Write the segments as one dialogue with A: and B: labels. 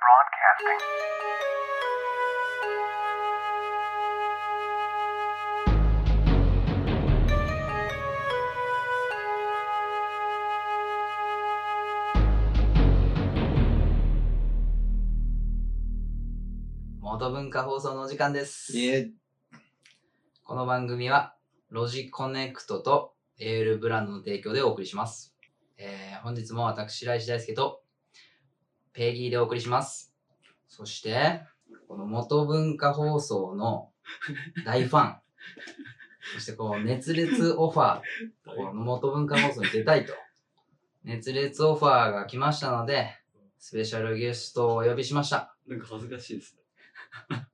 A: Podcasting.
B: 「元文化放送」のお時間です
C: いえ、
B: この番組はロジコネクトとエールブランドの提供でお送りします、えー本日も私白石大輔とペギーでお送りしますそしてこの元文化放送の大ファンそしてこう熱烈オファーこの元文化放送に出たいと熱烈オファーが来ましたのでスペシャルゲストをお呼びしました
C: なんか恥ずかしいですね。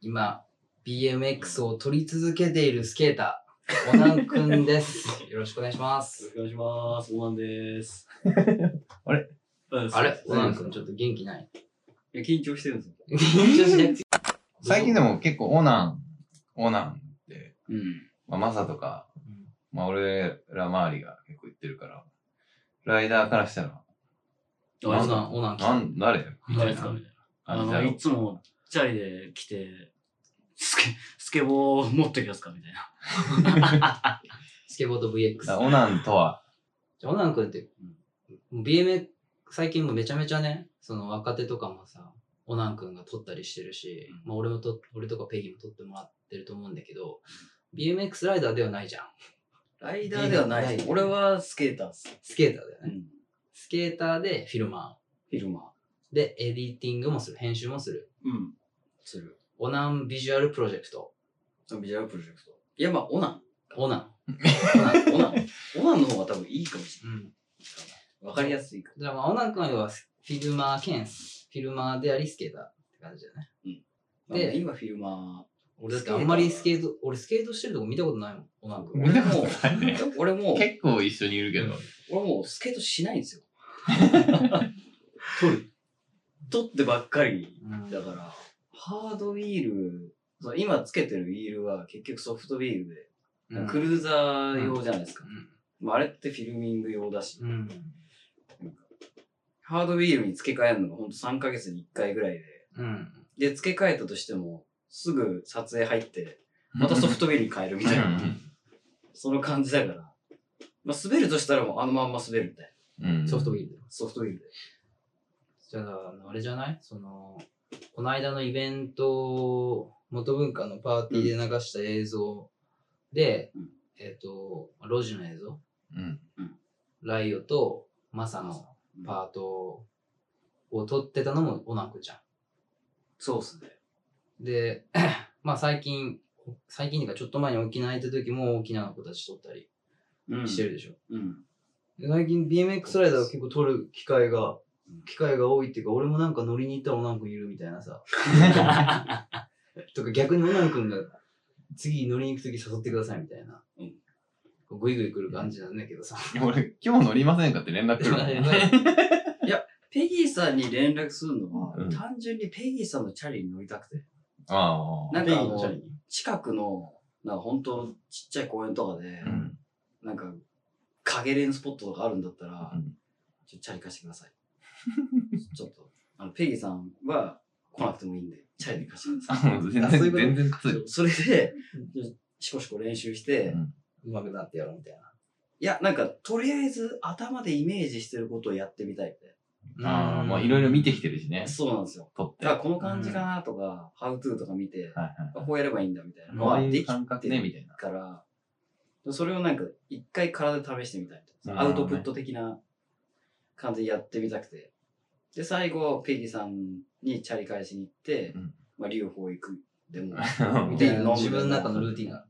B: 今 BMX を取り続けているスケーターオナンくんですよろしくお願いしま
C: よろ
B: す
C: しくお願いします。オナンです。
D: あれ
C: うん
B: あれオ
C: そうです
B: ナンくんちょっと元気ない
C: いや、緊張してるんですよ。
B: 緊張しなくて
D: 最近でも結構オナン、オナンって、
C: うん。
D: まあ、マサとか、まあ、俺ら周りが結構言ってるから、ライダーからしたら、
B: オナンオナン来
D: な
B: た
D: ん、誰みた
C: 誰
D: い
C: ですか
D: な
C: ね。あ
D: 感じ
C: の、
D: だろ
C: いつもチャリで来て、スケ、 スケボー持ってきますかみたいな。
B: スケボード VX
D: だからオナンとは、
B: じゃあオナンくんってもう BMX 最近もめちゃめちゃねその若手とかもさオナンくんが撮ったりしてるし、
C: うん
B: まあ、俺もと俺とかペギも撮ってもらってると思うんだけど BMX ライダーではないじゃん
C: ライ
B: ダーではないです俺
C: はスケーターっす。
B: スケーターだよ
C: う
B: ね、
C: ん。
B: スケーターでフィルマ
C: フィルマ
B: ーでエディティングもする編集もする
C: ー。うん。する。
B: オナンビジュアルプロジェクト。
C: ビジュアルプロジェクト。いや、まあ、オナン。
B: オナ
C: オナン、オ ナン。オナンの方が多分いいかもし
B: ン。うん。
C: れない。わかりやすいか
B: じゃあ、まあ、オナン君は要はフィルマー兼、フィルマーでありスケーターって感じだよね。
C: ら。
B: で
C: で、今フィルマー。
B: 俺だってあんまりスケート、俺スケートしてるとこ見たことないもん、オナン君。
D: 見たこと
C: 俺
D: ないね。
C: も、俺も、
D: 結構一緒にいるけど、
C: 俺もうスケートしないん ですよ。
B: 撮る。
C: 取ってばっかり
B: うん
C: だから、ハードウィール、そう今つけてるウィールは結局ソフトウィールで、
B: うん
C: クルーザー用じゃないですか。
B: うん
C: まあ、あれってフィルミング用だし、
B: うん。
C: ハードウィールに付け替えるのがほんと3ヶ月に1回ぐらい
B: うん。
C: で、で、付け替えたとしても、すぐ撮影入って、またソフトウィールに変えるみたいな、その感じだから、まあ、滑るとしたらもうあのまんま滑るみたいな、
D: うん
B: ソフトウ
D: ウ
B: ィール。
C: ソフトウィールで。
B: じゃあ、あれじゃないその、この間のイベント、元文化のパーティーで流した映像で、
C: うん
B: えっ、と、路地の映像、
D: ール。
B: ライオとマサの
C: まあ、
B: パートを取ってたのもオナンくんじゃ
C: そうっすね。
B: ん。で、 まあ最近、最近っていうかちょっと前に沖縄行った時も沖縄の子たち取ったり
C: うん
B: してるでしょ。
C: うん。
B: で最近 BMX ライダーを結構取る機会が
C: うん、
B: 機会が多いっていうか、俺もなんか乗りに行ったらオナンくんいるみたいな さ。とか逆にオナンくんが次乗りに行く時誘ってくださいみたいな。
C: うん
B: こうグイグイ来る感じなんだけどさ。
D: うん。俺、今日乗りませんかって連 絡来るもん
C: ペギーさんに連絡するのは、
D: うん
C: 単純にペギーさんのチャリに乗りたくて。
D: あ
C: なん
B: ペ
C: か
B: ギ
C: あ
B: ーのチャリ
C: の
B: に、
C: 近くの、なんか本当ちっちゃい公園とかで
D: あ。、うん。
C: なんか、影レンスポットとかあるんだったら、
D: うん
C: ちょっとチャリ貸してください。 ちょっと、あの、ペギーさんは来なくてもいいんで、チャリで貸してください。
D: もう全
B: あそういう
D: 然、
B: こと
D: 全然普通。
C: それで、シコシコ練習して、
D: うん
B: うまくなってやろうみたい
C: いや、なんか、とりあえず頭でイメージしてることをやってみたいって。
B: な。
D: ああ、まあいろいろ見てき
B: て。
D: てるしね。
C: そうなんですよ。
D: 撮って。
C: だ
D: は
C: から、この感じかなとか、ハウトゥーとか見て、
D: いはい。
C: こうやればいいんだみたいなの
D: こ
C: は
D: うい
C: で
D: う
C: きて
D: 感覚ね、みたいな。
C: から、それをなんか一回体で試してみたいと。
D: うん
C: アウトプット的な感じでやってみたくて。で、最後、ペギーさんにチャリ返しに行って、
D: うん
C: まあ、流行行く。で
B: み
C: も、み
B: た
C: た
B: い
C: い
B: な
C: な
B: 自分の中のルーティンが。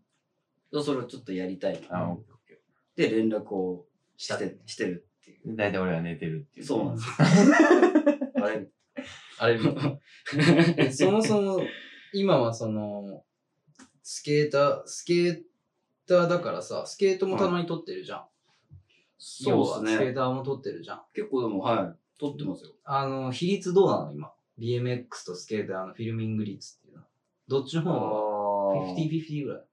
C: それをちょっとやりたい
D: あ
C: な。
D: の
C: で、連絡を
B: し
C: したて
B: と
C: してるってい。
D: 大体俺は寝てるっていうう。
C: そうなんですよ。 あれ
B: あれえそもそも、 今はその、スケーター、スケーターだからさ、スケートもたまに撮ってるじゃん。
C: そうです
B: 要はスケ
C: ね
B: ー。ターも撮ってるじゃん。
C: 結構でも、はい。撮ってますよ。
B: あの、比率どうなの今。BMX とスケーターのフィルミング率っていうのは。どっちの方が
C: あー
B: ?50-50 ぐらい。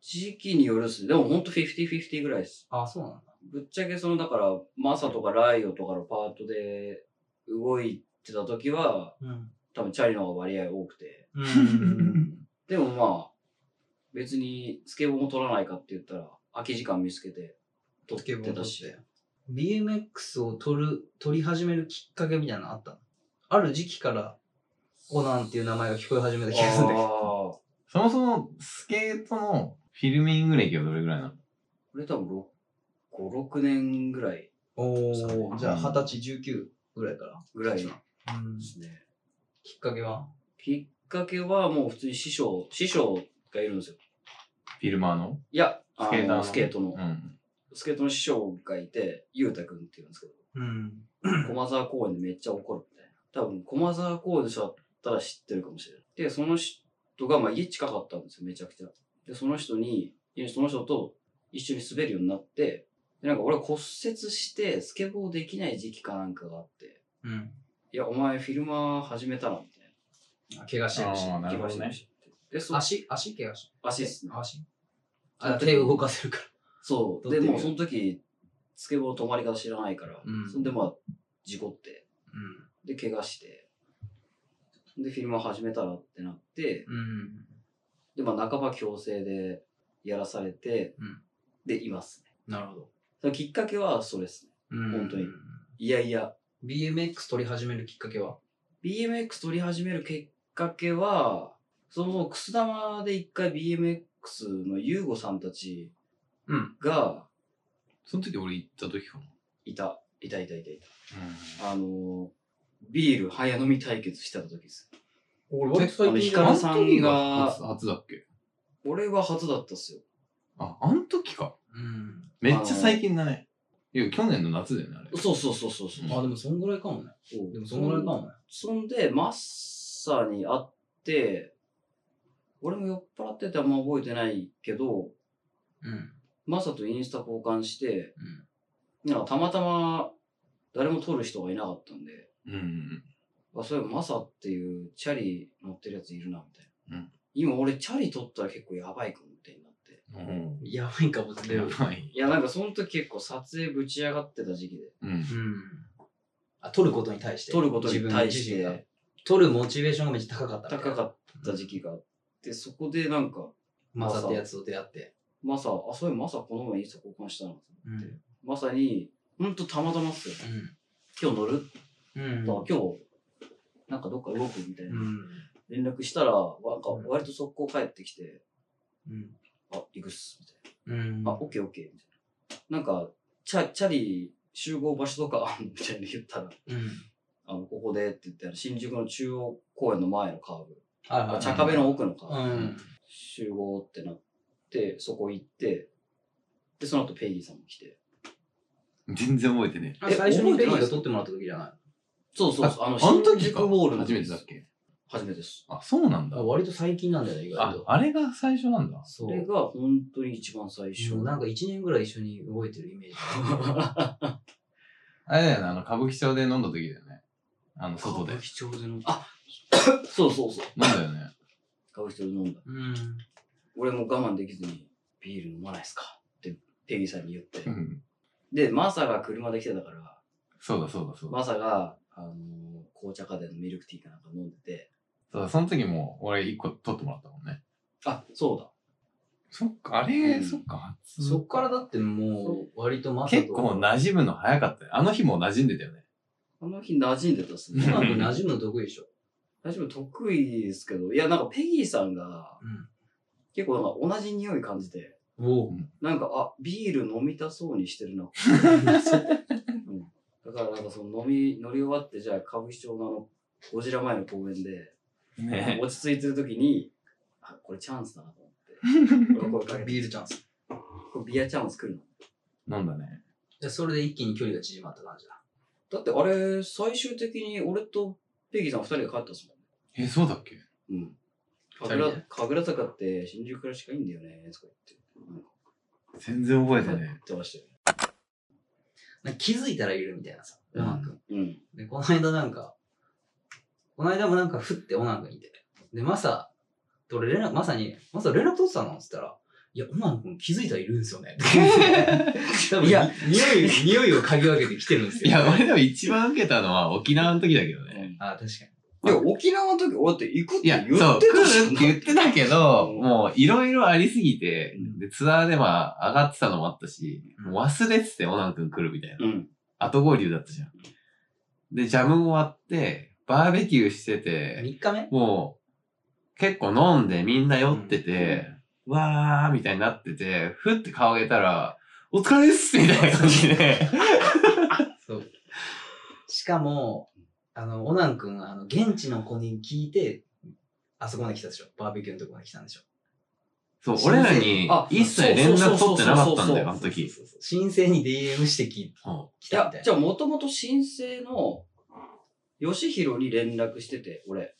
C: 時期によるっすね。でもほんと50-50ぐらいです。
B: あ、そうなんだ。
C: ぶっちゃけそのだからマサとかライオとかのパートで動いってた時は、
B: うん。
C: 多分チャリの方が割合多くて。
B: うん。
C: でもまあ、別にスケボーも取らないかって言ったら、空き時間見つけて取ってた
D: スケボー
C: し
D: 取。
B: BMX を取る、取り始めるきっかけみたいなのあったのある時期から、コナンっていう名前が聞こえ始めた気がするんだけど。
C: ああ。
D: そもそもスケートのフィルミング歴はどれぐらいなの
C: これ多分ろ5、6年ぐらい、
B: お
D: そ
B: お、
D: う
B: じゃあ二十歳、19ぐらいから。
C: ぐらいで
B: うん
C: すね。
B: きっかけは
C: きっかけはもう普通に師匠、師匠がいるんですよ。
D: フィルマーの
C: いや、あ
D: スケーターの
C: のスケートの、
D: うん。
C: スケートの師匠がいて、ゆうたくんっていうんですけど、
B: うん。
C: 駒沢公園でめっちゃ怒るみたいな。多分、駒沢公園の人だったら知ってるかもしれない。で、その人が、まあ家近かったんですよ、めちゃくちゃ。で、その人に、その人と一緒に滑るようになって、で、なんか俺は骨折して、スケボーできない時期かなんかがあって、
B: うん。
C: いや、お前フィルマー始めたら、みたいな。
B: 怪我してるし。
D: ああ、なるほどね。
C: で、そう、
B: 足、足怪我して
C: 足っすね。
B: 足あ、手動かせるか
C: そう。
B: 取
C: で、
B: ってる
C: もうその時、スケボー止まり方知らないから、
B: うん
C: そんでまあ、事故って、
B: ら。
C: で、怪我して、で、フィルムを始めたらってなって、
B: うん。うん。
C: で、まあ、半ば強制でやらされて、
B: うん
C: で、いますね。
B: なるほど。
C: そのきっかけはそれですね。
B: うん
C: 本当に。いやいや、
B: BMX 取り始めるきっかけは
C: BMX 取り始めるきっかけは、そもそもくす玉で一回 BMX のユーゴさんたち
B: うん。
C: が
D: その時俺行った時かな。
C: いた、いたいたいたい
D: うん
C: た。あの、ビール早飲み対決してた時です。
B: 俺
D: 割と
C: 最近だよ
D: アントニー初初だっけ
C: 俺は初だったっすよ。
D: あ、あの時か。
B: うん。
D: めっちゃ最近だね。いや、去年の夏だよね、あれ。
C: そうそうそうそうそう。
B: あ、でもそんぐらいかもね。でもそんぐらいかもね。
C: そんで、マッサに会って、俺も酔っ払っててあんま覚えてないけど、
B: うん。
C: マサとインスタ交換して、なんかたまたま誰も撮る人がいなかったんで、
D: うん。
C: あ、そういえばマサっていうチャリ乗ってるやついるな、みたいな。
D: うん
C: 今俺チャリ撮ったら結構やばいかも、みたいになって。
D: うん。
B: やばいかもしれ
D: や
B: ない。
D: ばい。
C: いや、なんかその時結構撮影ぶち上がってた時期で、
D: うん
B: う。ん。あ、取ることに対して。
C: 撮ることに対し
B: 自分自身が
C: て、
B: 取るモチベーションがめっちゃ高かった。
C: 高か
B: っ
C: った時期があって、そこでなんか、
B: マサってやつと出会って。
C: マサ、あ、そういえばマサこの前インスタ交換したな。まさに、ほんとたまたまっすよ。今日乗る、
B: うん。うん。
C: 今日、なんかどっか動くみたいうな。
B: ん。
C: 連絡したら、なんか割と速攻帰ってきて、
B: うん。
C: あ、行くっす、みたい
B: うん
C: な。あ、オッケーオッケー、みたいな。なんか、チャチャリ集合場所とかあんのみたいに言ったら、
B: うん。
C: あの、ここでって言って、あの新宿の中央公園の前のカーブ、
B: はい
C: あ
B: はい。
C: 茶壁の奥のカーブ、
B: うん。
C: 集合ってなって、そこ行って、で、その後ペイギーさんも来て。
D: 全然覚えてね
B: あ最初にベ
C: 覚えて
B: リー
C: ないで
B: が
C: す
B: 取ってもらった時じゃない
C: そうそうそう、あの、
D: あの
C: 新
D: 時
C: 宿
D: か
C: ボールの
D: 初
C: 時
D: め
C: で
D: て
C: す
D: だっけ
C: 初めてです。
D: あ、そうなんだ
B: あ。割と最近なんだよね、意外
D: あ、
B: と。
D: あれが最初なんだ。
B: そ
C: それ
B: う。
C: が本当に一番最初。
B: もうなんか一年ぐらい一緒に動いてるイメージ。
D: あれだよね、あの、歌舞伎町で飲んだ時だよね。あの、外で。飲ん
C: 町で飲んだ。あ そうそうそう。
D: だよ ね。
C: 歌舞伎町で飲んだ。
B: うん。
C: 俺も我慢できずに、ビール飲まないっすかってペギーさんに言って
D: う。ん。
C: で、マサが車で来てたから、
D: そうだそうだそうだ。
C: マサが、あのー紅茶家電のミルクティーかなんか飲んでて、
D: そうだ、その時も俺一個取ってもらったもんね。
C: あ、そうだ。
D: そっか、あれ、
C: うん
D: そっか、初
B: そっからだってもう、割とマサと。
D: 結構馴染むの早かったよ。あの日も馴染んでたよね。
C: あの日馴染んでたっす
B: うまく
C: ね。
B: 馴染むの得意でしょ。
C: 大丈夫、得意ですけど、いや、なんかペギーさんが、結構なんか同じ匂い感じて、
B: うん。おう。
C: なんか、あ、ビール飲みたそうにしてるな。だからなんかその飲み、乗り終わって、じゃあ歌舞伎町のあの、ゴジラ前の公園で、
D: ね
C: 落ち着いてる時に、あ、これチャンスだなと 思って。俺声かけて
B: ビールチャンス。
C: これビアチャンス来るの
D: 飲んだね。
B: でそれで一気に距離が縮まった感じだ。
C: だってあれ、最終的に俺とペギーさん二人で帰ったっす
D: え、そうだっけ
C: もんね。うん。
B: 二
C: 神
B: 人
C: 楽
B: で
C: 神楽坂って新宿から近いんだよね、とか
D: 全然覚
C: 言
D: え
C: っ
D: て
C: て。うん。
D: ね
C: 帰ってましたよ。
B: なんか気づいたらいるみたいなさ、オナン君。
C: うん。
B: で、この間なんか、この間もなんかふってオナン君いて。で、マサ、と俺連絡、マサに、マサ連絡取ってたのって言ったら、いや、オナン君気づいたらいるんですよ ね。多分
C: いや
B: に匂い、匂いを嗅ぎ分けてきてるんです
D: い
B: よ。
D: や、俺でも一番受けたのは沖縄の時だけどね。
B: に。
D: あ、確かに。
C: で、沖縄の時、俺って行くっ
D: い
C: て言
D: や、
C: って
D: そう、来
C: た
D: るって言ってたけど、
C: うん
D: もういろいろありすぎて
C: う、ん
D: で、ツアーでまあ上がってたのもあったし、
B: うん
D: もう忘れてて、オナン君来るみたいな。
C: うん。
D: 後合流だったじゃん。で、ジャムも終わって、バーベキューしてて、
B: 3日目
D: もう、結構飲んでみんな酔ってて、わーみたいになってて、ふって顔上げたら、お疲れっすみたいな感じ で。
B: そう。しかも、あの、オナン君、あの、現地の子に聞いて、あそこまで来たでしょ。バーベキューのとこまで来たんでしょ。
D: そう、
B: すい
D: 俺
B: ま
D: ら
B: せん
D: に
C: あ
D: 一切連絡取ってなかったんだ
C: そうそうそうそう
D: よ、あの時。
B: そうそうそう申請に DM してき
D: うん
B: 来
C: い
B: たみ
C: や
B: たい、
C: じ
B: な。
C: ゃあもともと申請の、吉弘に連絡してて、俺。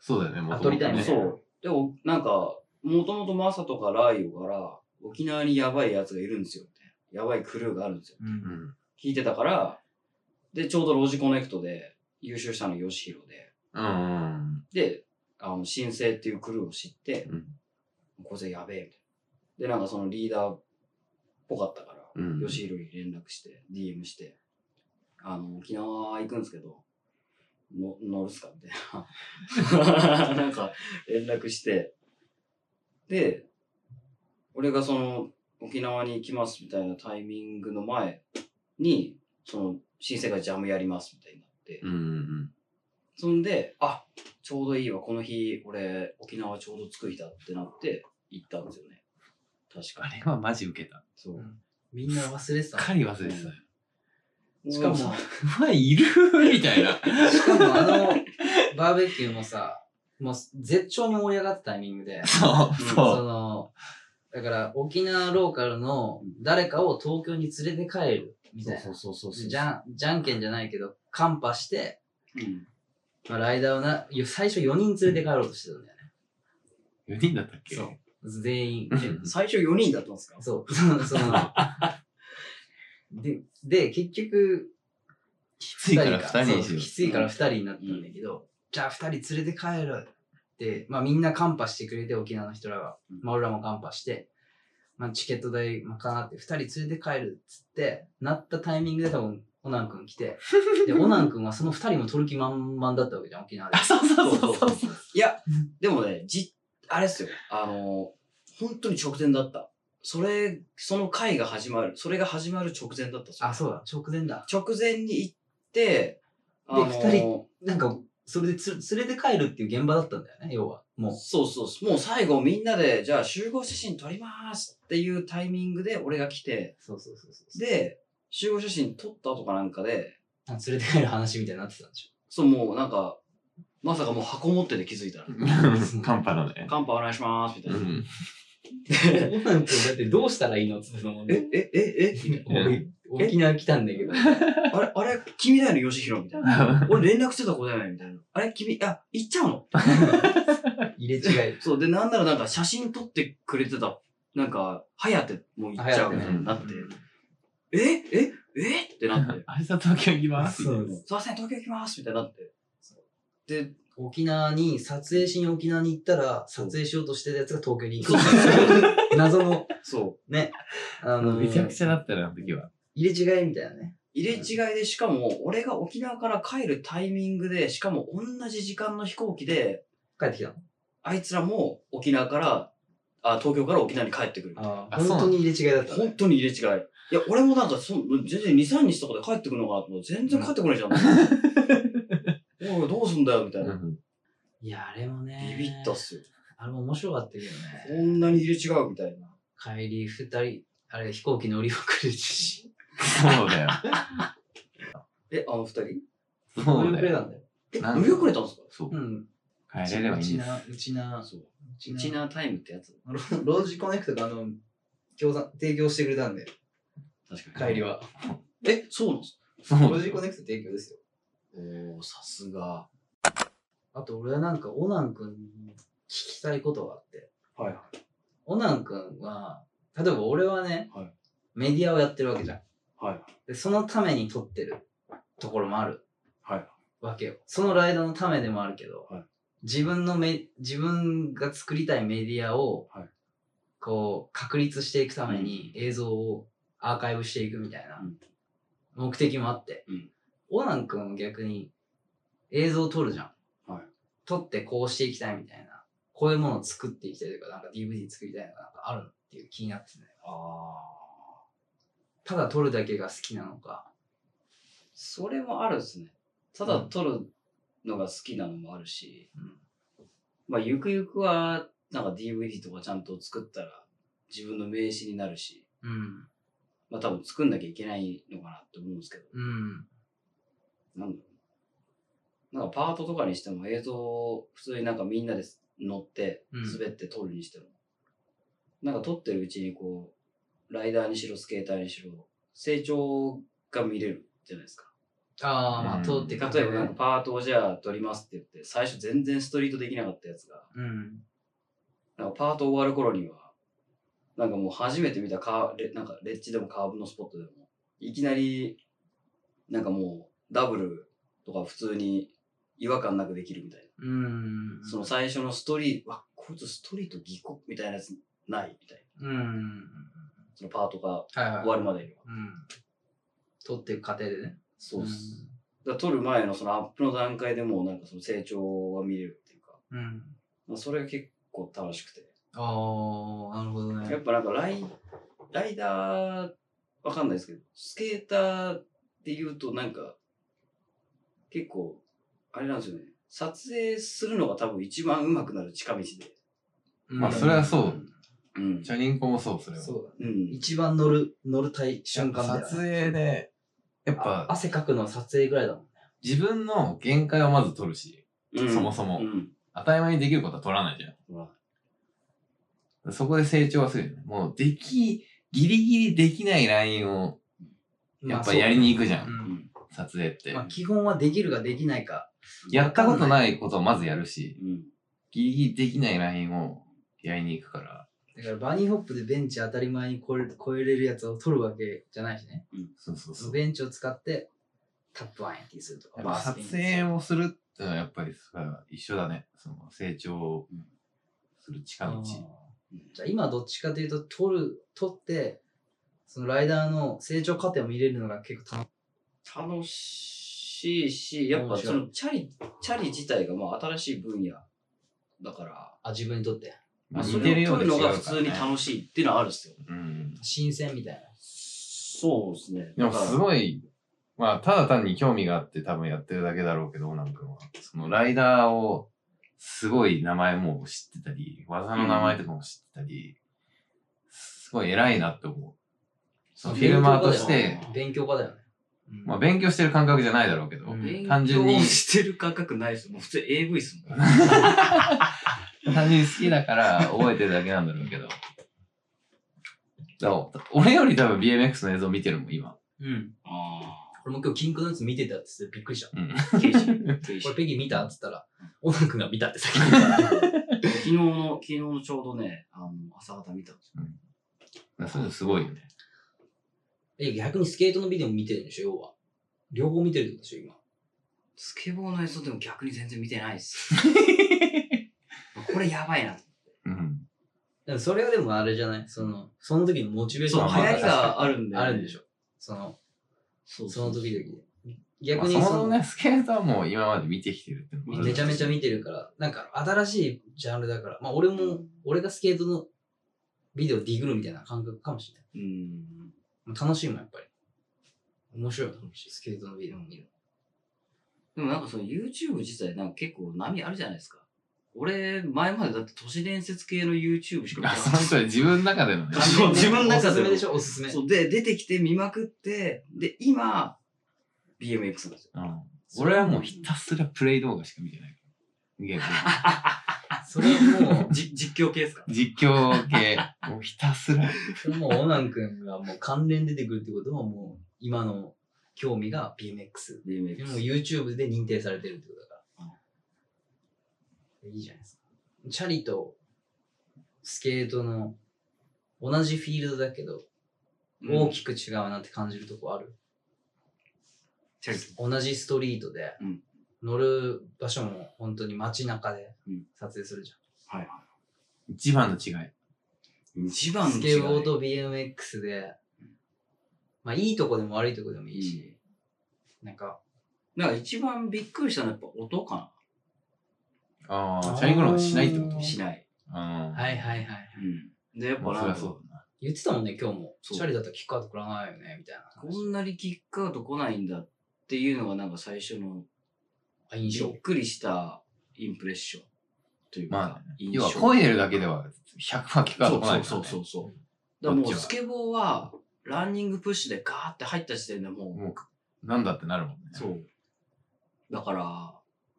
D: そうだよね、も
B: あ取りたいね
C: そ。う。でも、なんか、もともとマサとかライオから、沖縄にやばいやつがいるんですよ。みたいなやばいクルーがあるんですよ。
B: う。
D: うんん。
C: 聞いてたから、で、ちょうどロジコネクトで優勝したの吉弘で、
D: うんうん。
C: で、あの、新生っていうクルーを知って、
D: うん
C: これやべえ、みたいな。で、なんかそのリーダーっぽかったから、
D: うん
C: 吉弘に連絡して、DM して、あの、沖縄行くんですけど、の乗るっすかみたいな。 なんか、連絡して、で、俺がその、沖縄に行きますみたいなタイミングの前に、その、新生がジャムやりますみたいになって、
D: うんうん
C: そんで、あ、ちょうどいいわ、この日、俺、沖縄ちょうど着く日だってなって、行ったんですよね。確
D: あ
C: かに。
D: れはマジ受けた。
C: そうう。
B: みんな忘れて
D: す
B: た
D: っ。かり忘れてたよ。
B: しかも、し
C: そ
B: か
D: うわ、いるみたいな。
B: もあの、バーベキューもさ、もう絶頂に盛り上がったタイミングで、
D: そう、
C: うん
B: そ
D: そう。
B: の、だから沖縄ローカルの誰かを東京に連れて帰るみたいな。
C: うそうそうそう。
B: じゃん、じゃんけんじゃないけど、カンパして、
C: うん。
B: まあ、ライダーをな、いや最初4人連れて帰ろうとしてたんだよね。
D: 4人だったっけ
B: そう全員。
D: うん
C: 最初4人だったんですか
B: そう、 その、その、で、で、結局、
D: きついから2人にし
B: そう
D: よ
B: きついから2人になったんだけど、じゃあ2人連れて帰るって、まあみんなカンパしてくれて、沖縄の人らが
C: うん。
B: まあ俺らもカンパして、まあチケット代賄って、2人連れて帰るっつって、なったタイミングで多分、オナン君来て、で、オナン君はその2人も取る気満々だったわけじゃん、沖縄で
D: う。。そうそうそうそう。
C: そう。いや、でもね、じ、あれっすよ。あの、本当に直前だった。それ、その会が始まる、それが始まる直前だったっすよ
B: あ、そうだ、直前だ。
C: 直前に行って、あの
B: 二人なんか、それでつ連れて帰るっていう現場だったんだよね、要は。もう。
C: そうそうそう。もう最後みんなで、じゃあ集合写真撮りますっていうタイミングで俺が来て、
B: そうそうそうそう。
C: で、集合写真撮った後かなんかで、
B: なんか連れて帰る話みたいになってたんでし
C: そうもうなんか、まさかもう箱持ってて気づいたら、
D: カンパのね。
C: カンパお願いしますみた
D: う
C: いな。
D: ん。
B: ょ。オナン君だってどうしたらいいのっつってたもん
C: え
B: ね。、
C: え、え、え、みたい
D: え
B: 俺沖縄来たんだけど。
C: なあれ、あれ、君だよね、ヨシヒロみたいな。俺連絡してた子だよね、みたいな。あれ、君、あ、行っちゃうの
B: 入れ違い。
C: そう、で、なんならなんか写真撮ってくれてた、なんか、はやてもう行っちゃうみたいになって、え、え、えってなって、
D: あいさ東京行きます。
B: そう
C: すいません、東京行きますみたいになって。で、
B: 沖縄に、撮影しに沖縄に行ったら、撮影しようとしてたやつが東京に行
C: そうそう
B: く。謎の、
C: そう。
B: ね。あの、
D: めちゃく
B: 入
D: ちゃだったな、あの時は。
B: れ違いみたいなね。
C: 入れ違いで、しかも、俺が沖縄から帰るタイミングで、しかも同じ時間の飛行機で、
B: 帰ってきたの。
C: あいつらも沖縄から、あ、東京から沖縄に帰ってくる。
B: あ
D: あそう
B: 本当に入れ違いだったね。
C: 本当に入れ違い。いや、俺もなんかそん、全然2、3日とかで帰ってくるのかなと思って、全然帰ってこないじゃん。おい、どうすんだよ、みたいな。
B: いや、あれもね。
C: ビビったっすよ。
B: あれも面白かったけど
C: こ
B: ね。
C: んなに入れ違う、みたいな。
B: 帰り二人、あれ飛行機乗り遅れるし。
D: そうだよ。
C: え、あの二人
D: そ
B: 乗
D: う
B: り遅
D: だ
B: れ
D: よ。
B: たんだよ。
C: え、
D: なん
C: 乗
D: で
C: り遅れたんですか
D: そう
B: う。ん。
D: 帰れればいいんです。
B: うちな、うち
C: そう。
B: ちな
C: チナータイムってやつ
B: な、ロ ロージコネクトがあの、協賛、提供してくれたんで、
C: 確
B: 帰りは。
C: に。え、そうなんです
D: そう
B: ロージコネクト提供ですよ。
C: かおー、さすが。は
B: あと俺はなんか、オナン君に聞きたいことがあって、
C: いはい。
B: オナン君は、例えば俺はね、
C: はい
B: メディアをやってるわけじゃん。
C: はい。
B: で、そのために撮ってるところもある
C: はい。
B: わけよ。そのライドのためでもあるけど、
C: はい
B: 自分のメ、自分が作りたいメディアを、
C: はい
B: こう、確立していくために映像をアーカイブしていくみたいな
C: うん
B: 目的もあって、
C: うん
B: オナン君は逆に映像を撮るじゃん。
C: はい
B: 撮ってこうしていきたいみたいな。こういうものを作っていきたいというか、なんか DVD 作りたいのがなんかあるのっていう気になってね。
C: あ
B: ただ撮るだけが好きなのか。
C: それもあるですね。ただ撮るのが好きなのもあるし、
B: うん
C: まあ、ゆくゆくは、なんか DVD とかちゃんと作ったら、自分の名刺になるし、
B: うん。
C: まあ多分作んなきゃいけないのかなって思うんですけど、
B: うん。
C: なんだろう。なんかパートとかにしても映像を普通になんかみんなで乗って
B: うん
C: 滑って撮るにしても、なんか撮ってるうちにこう、ライダーにしろスケーターにしろ、成長が見れるじゃないですか。
B: ああ、ま
D: う
B: あ
D: ん
B: 撮って
C: で、
B: いく
C: 例えばなんか
B: ね。
C: パートをじゃあ撮りますって言って、最初全然ストリートできなかったやつが、
B: うん。
C: なんかパート終わる頃には、なんかもう初めて見たカーレなんかレッジでもカーブのスポットでも、いきなり、なんかもうダブルとか普通に違和感なくできるみたい
B: うん。
C: な。その最初のストリート、わ、こいつストリートぎこみたいなやつないみたいな。
B: うん。
C: そのパートが
B: はいはい。
C: 終わるまでには。
B: うん。撮っていく過程でね。
C: そうっす。だから撮る前のそのアップの段階でもうなんかその成長が見れるっていうか、
B: うん。うん。
C: まあ、それが結構楽しくて。
B: ああ、なるほど
C: やっ
B: ね。
C: ぱなんかライライダー、わかんないですけど、スケーターで言うとなんか、結構、あれなんですよね。撮影するのが多分一番上手くなる近道で。
D: まあそれはそう
C: うん
D: チャリンコもそう、それは。
B: そうだ
C: う
B: ね。
C: ん。
B: 一番乗る、乗るたい瞬間だよね
D: 撮影で、やっ
B: あ
D: ぱ
B: 汗かくのは撮影ぐらいだもんね。
D: 自分の限界をまず取るし、
C: うん
D: そもそも
C: うん。
D: 当たり前にできることは取らないじゃ
C: ほら
D: ん。そこで成長はするよね。もうでき、ギリギリできないラインをやっぱやりに行くじゃ、
B: うんん。
D: 撮影って
B: まあ、。基本はできるかできないか。
D: やったことないことをまずやるし、
C: うん。
D: ギリギリできないラインをやりに行くから、
B: だからバニーホップでベンチ当たり前に超える超えれるやつを取るわけじゃないしね。
D: そうそうそう。
B: ベンチを使ってタップワンやってするとか。
D: やっぱ撮影をするってのはやっぱりそれは一緒だね。その成長をする近道。
C: うん
B: じゃあ今どっちかというと取る、取って、そのライダーの成長過程を見れるのが結構楽し
C: 楽しいし、やっぱ
B: 面白
C: そ
B: い
C: のチャリ、チャリ自体がまあ新しい分野だから、
B: あ、自分にとって。
D: まあ
C: そ
D: 似てる
C: れ
D: よ
C: を
D: うで
C: 撮る
D: 違う
C: の
D: か
C: が
D: ら、ね。
C: 普通に楽しいっていうのはあるっすよ。
D: うん。
B: 新鮮みたいな。
C: そうですね。
D: でもすごい、まあ、ただ単に興味があって多分やってるだけだろうけど、オナン君は。そのライダーを、すごい名前も知ってたり、技の名前とかも知ってたり、すごい偉いなって思う。そのフィルマーとして、
B: 勉強家だよね。うん
D: まあ、勉強してる感覚じゃないだろうけど、
B: うん
D: 単純に
C: 勉強してる感覚ないですもう普通 AV っすもん。
D: 単純に好きだから覚えてるだけなんだろうけど。だから俺より多分 BMX の映像見てるもん、今。
B: うん。
C: あ
B: 俺も今日、キンクのやつ見てたって言ってびっくりした。
D: うん。
C: あ。刑事。刑
B: これ
C: 事。
B: ペギー見たって言ったら、オナ君が見たってさっき
C: 昨日の、昨日のちょうどね、あの、朝方見たんです
D: そういうのすごいよね。
B: え、逆にスケートのビデオも見てるんでしょ、要は。両方見てるってことでしょ、今。
C: スケボーの映像でも逆に全然見てないっす。これやばいな。
D: うん。
B: でもそれはでもあれじゃないその、その時のモチベーショ
C: そ
B: ン
C: う、
D: ま
C: 流
D: あ
C: 行りがあるんで、
B: あるんでし
C: ょ。
B: ょ。その、
C: そう
B: その時々で。
D: ま
B: 逆
D: あ
B: に
D: そもそ
B: そ
D: も
B: の、
D: ね、スケートはもう今まで見てきてるってのもある
B: めちゃめちゃ見てるから、なんか新しいジャンルだから、まあ俺も、俺がスケートのビデオディグるみたいな感覚かもしれない。
C: うん。
B: もう楽しいもん、やっぱり。面白いと思うし、スケートのビデオも見る。
C: でもなんかその YouTube 自体なんか結構波あるじゃないですか。俺、前までだって都市伝説系の YouTube しか見てな
D: あ、
C: か
D: そ
C: った
D: の。人は自分の中でのね。
C: そう自分の中
B: おす
C: で
B: すめでしょ、おすすめ。
C: そう、で、出てきて見まくって、で、今、BMX なんですよ。
D: うん、俺はもうひたすらプレイ動画しか見てないから。ゲーム。
B: それは もう、
C: じ実況系ですか
D: 実況系。もうひたすら。
B: それはもう、オナン君がもう関連出てくるってことは、もう、今の興味が BMX。で
C: ?BMX。
B: も YouTube で認定されてるってことだから。いいじゃないですか。チャリとスケートの同じフィールドだけど、大きく違うなって感じるとこある。
C: チャリ
B: 同じストリートで、
C: うん
B: 乗る場所も本当に街中で
C: うん
B: 撮影するじ
C: はいはい。
D: 一番の違い。
C: 一
B: ゃん。
C: 番
B: ス
C: の違い
B: ケボーと BMX で、まあいいとこでも悪いとこでもいいし、なんか、
C: なんか一番びっくりしたのはやっぱ音か
D: ああ、チャリンコの方がしないってこと
B: あ
C: な。
B: ー
C: しない。
D: うん。
B: はいはいはい。
C: うん。で、やっぱ
D: まあ、
C: な
D: そり
C: んか
D: ゃそうだな。
B: 言ってたもんね、今日も。チ
C: そう
B: ャリだったらキックアウトくらないよね、みたいな
C: こ
B: 話。
C: んなにキックアウト来ないんだっていうのがなんか最初の
B: あ印
C: び
B: 象
C: っ。くりしたインプレッションというか、
D: まあね、
C: 印
D: 要は、
C: 象。
D: こいでるだけでは100は聞か
C: そ
D: と
C: う
D: こないから、ね。
C: そうそうそう。だ
D: こ
C: から
D: っちは
C: もうスケボーはランニングプッシュでガーって入った時点でもう、
D: もう、なんだってなるもんね。
C: そう。だから、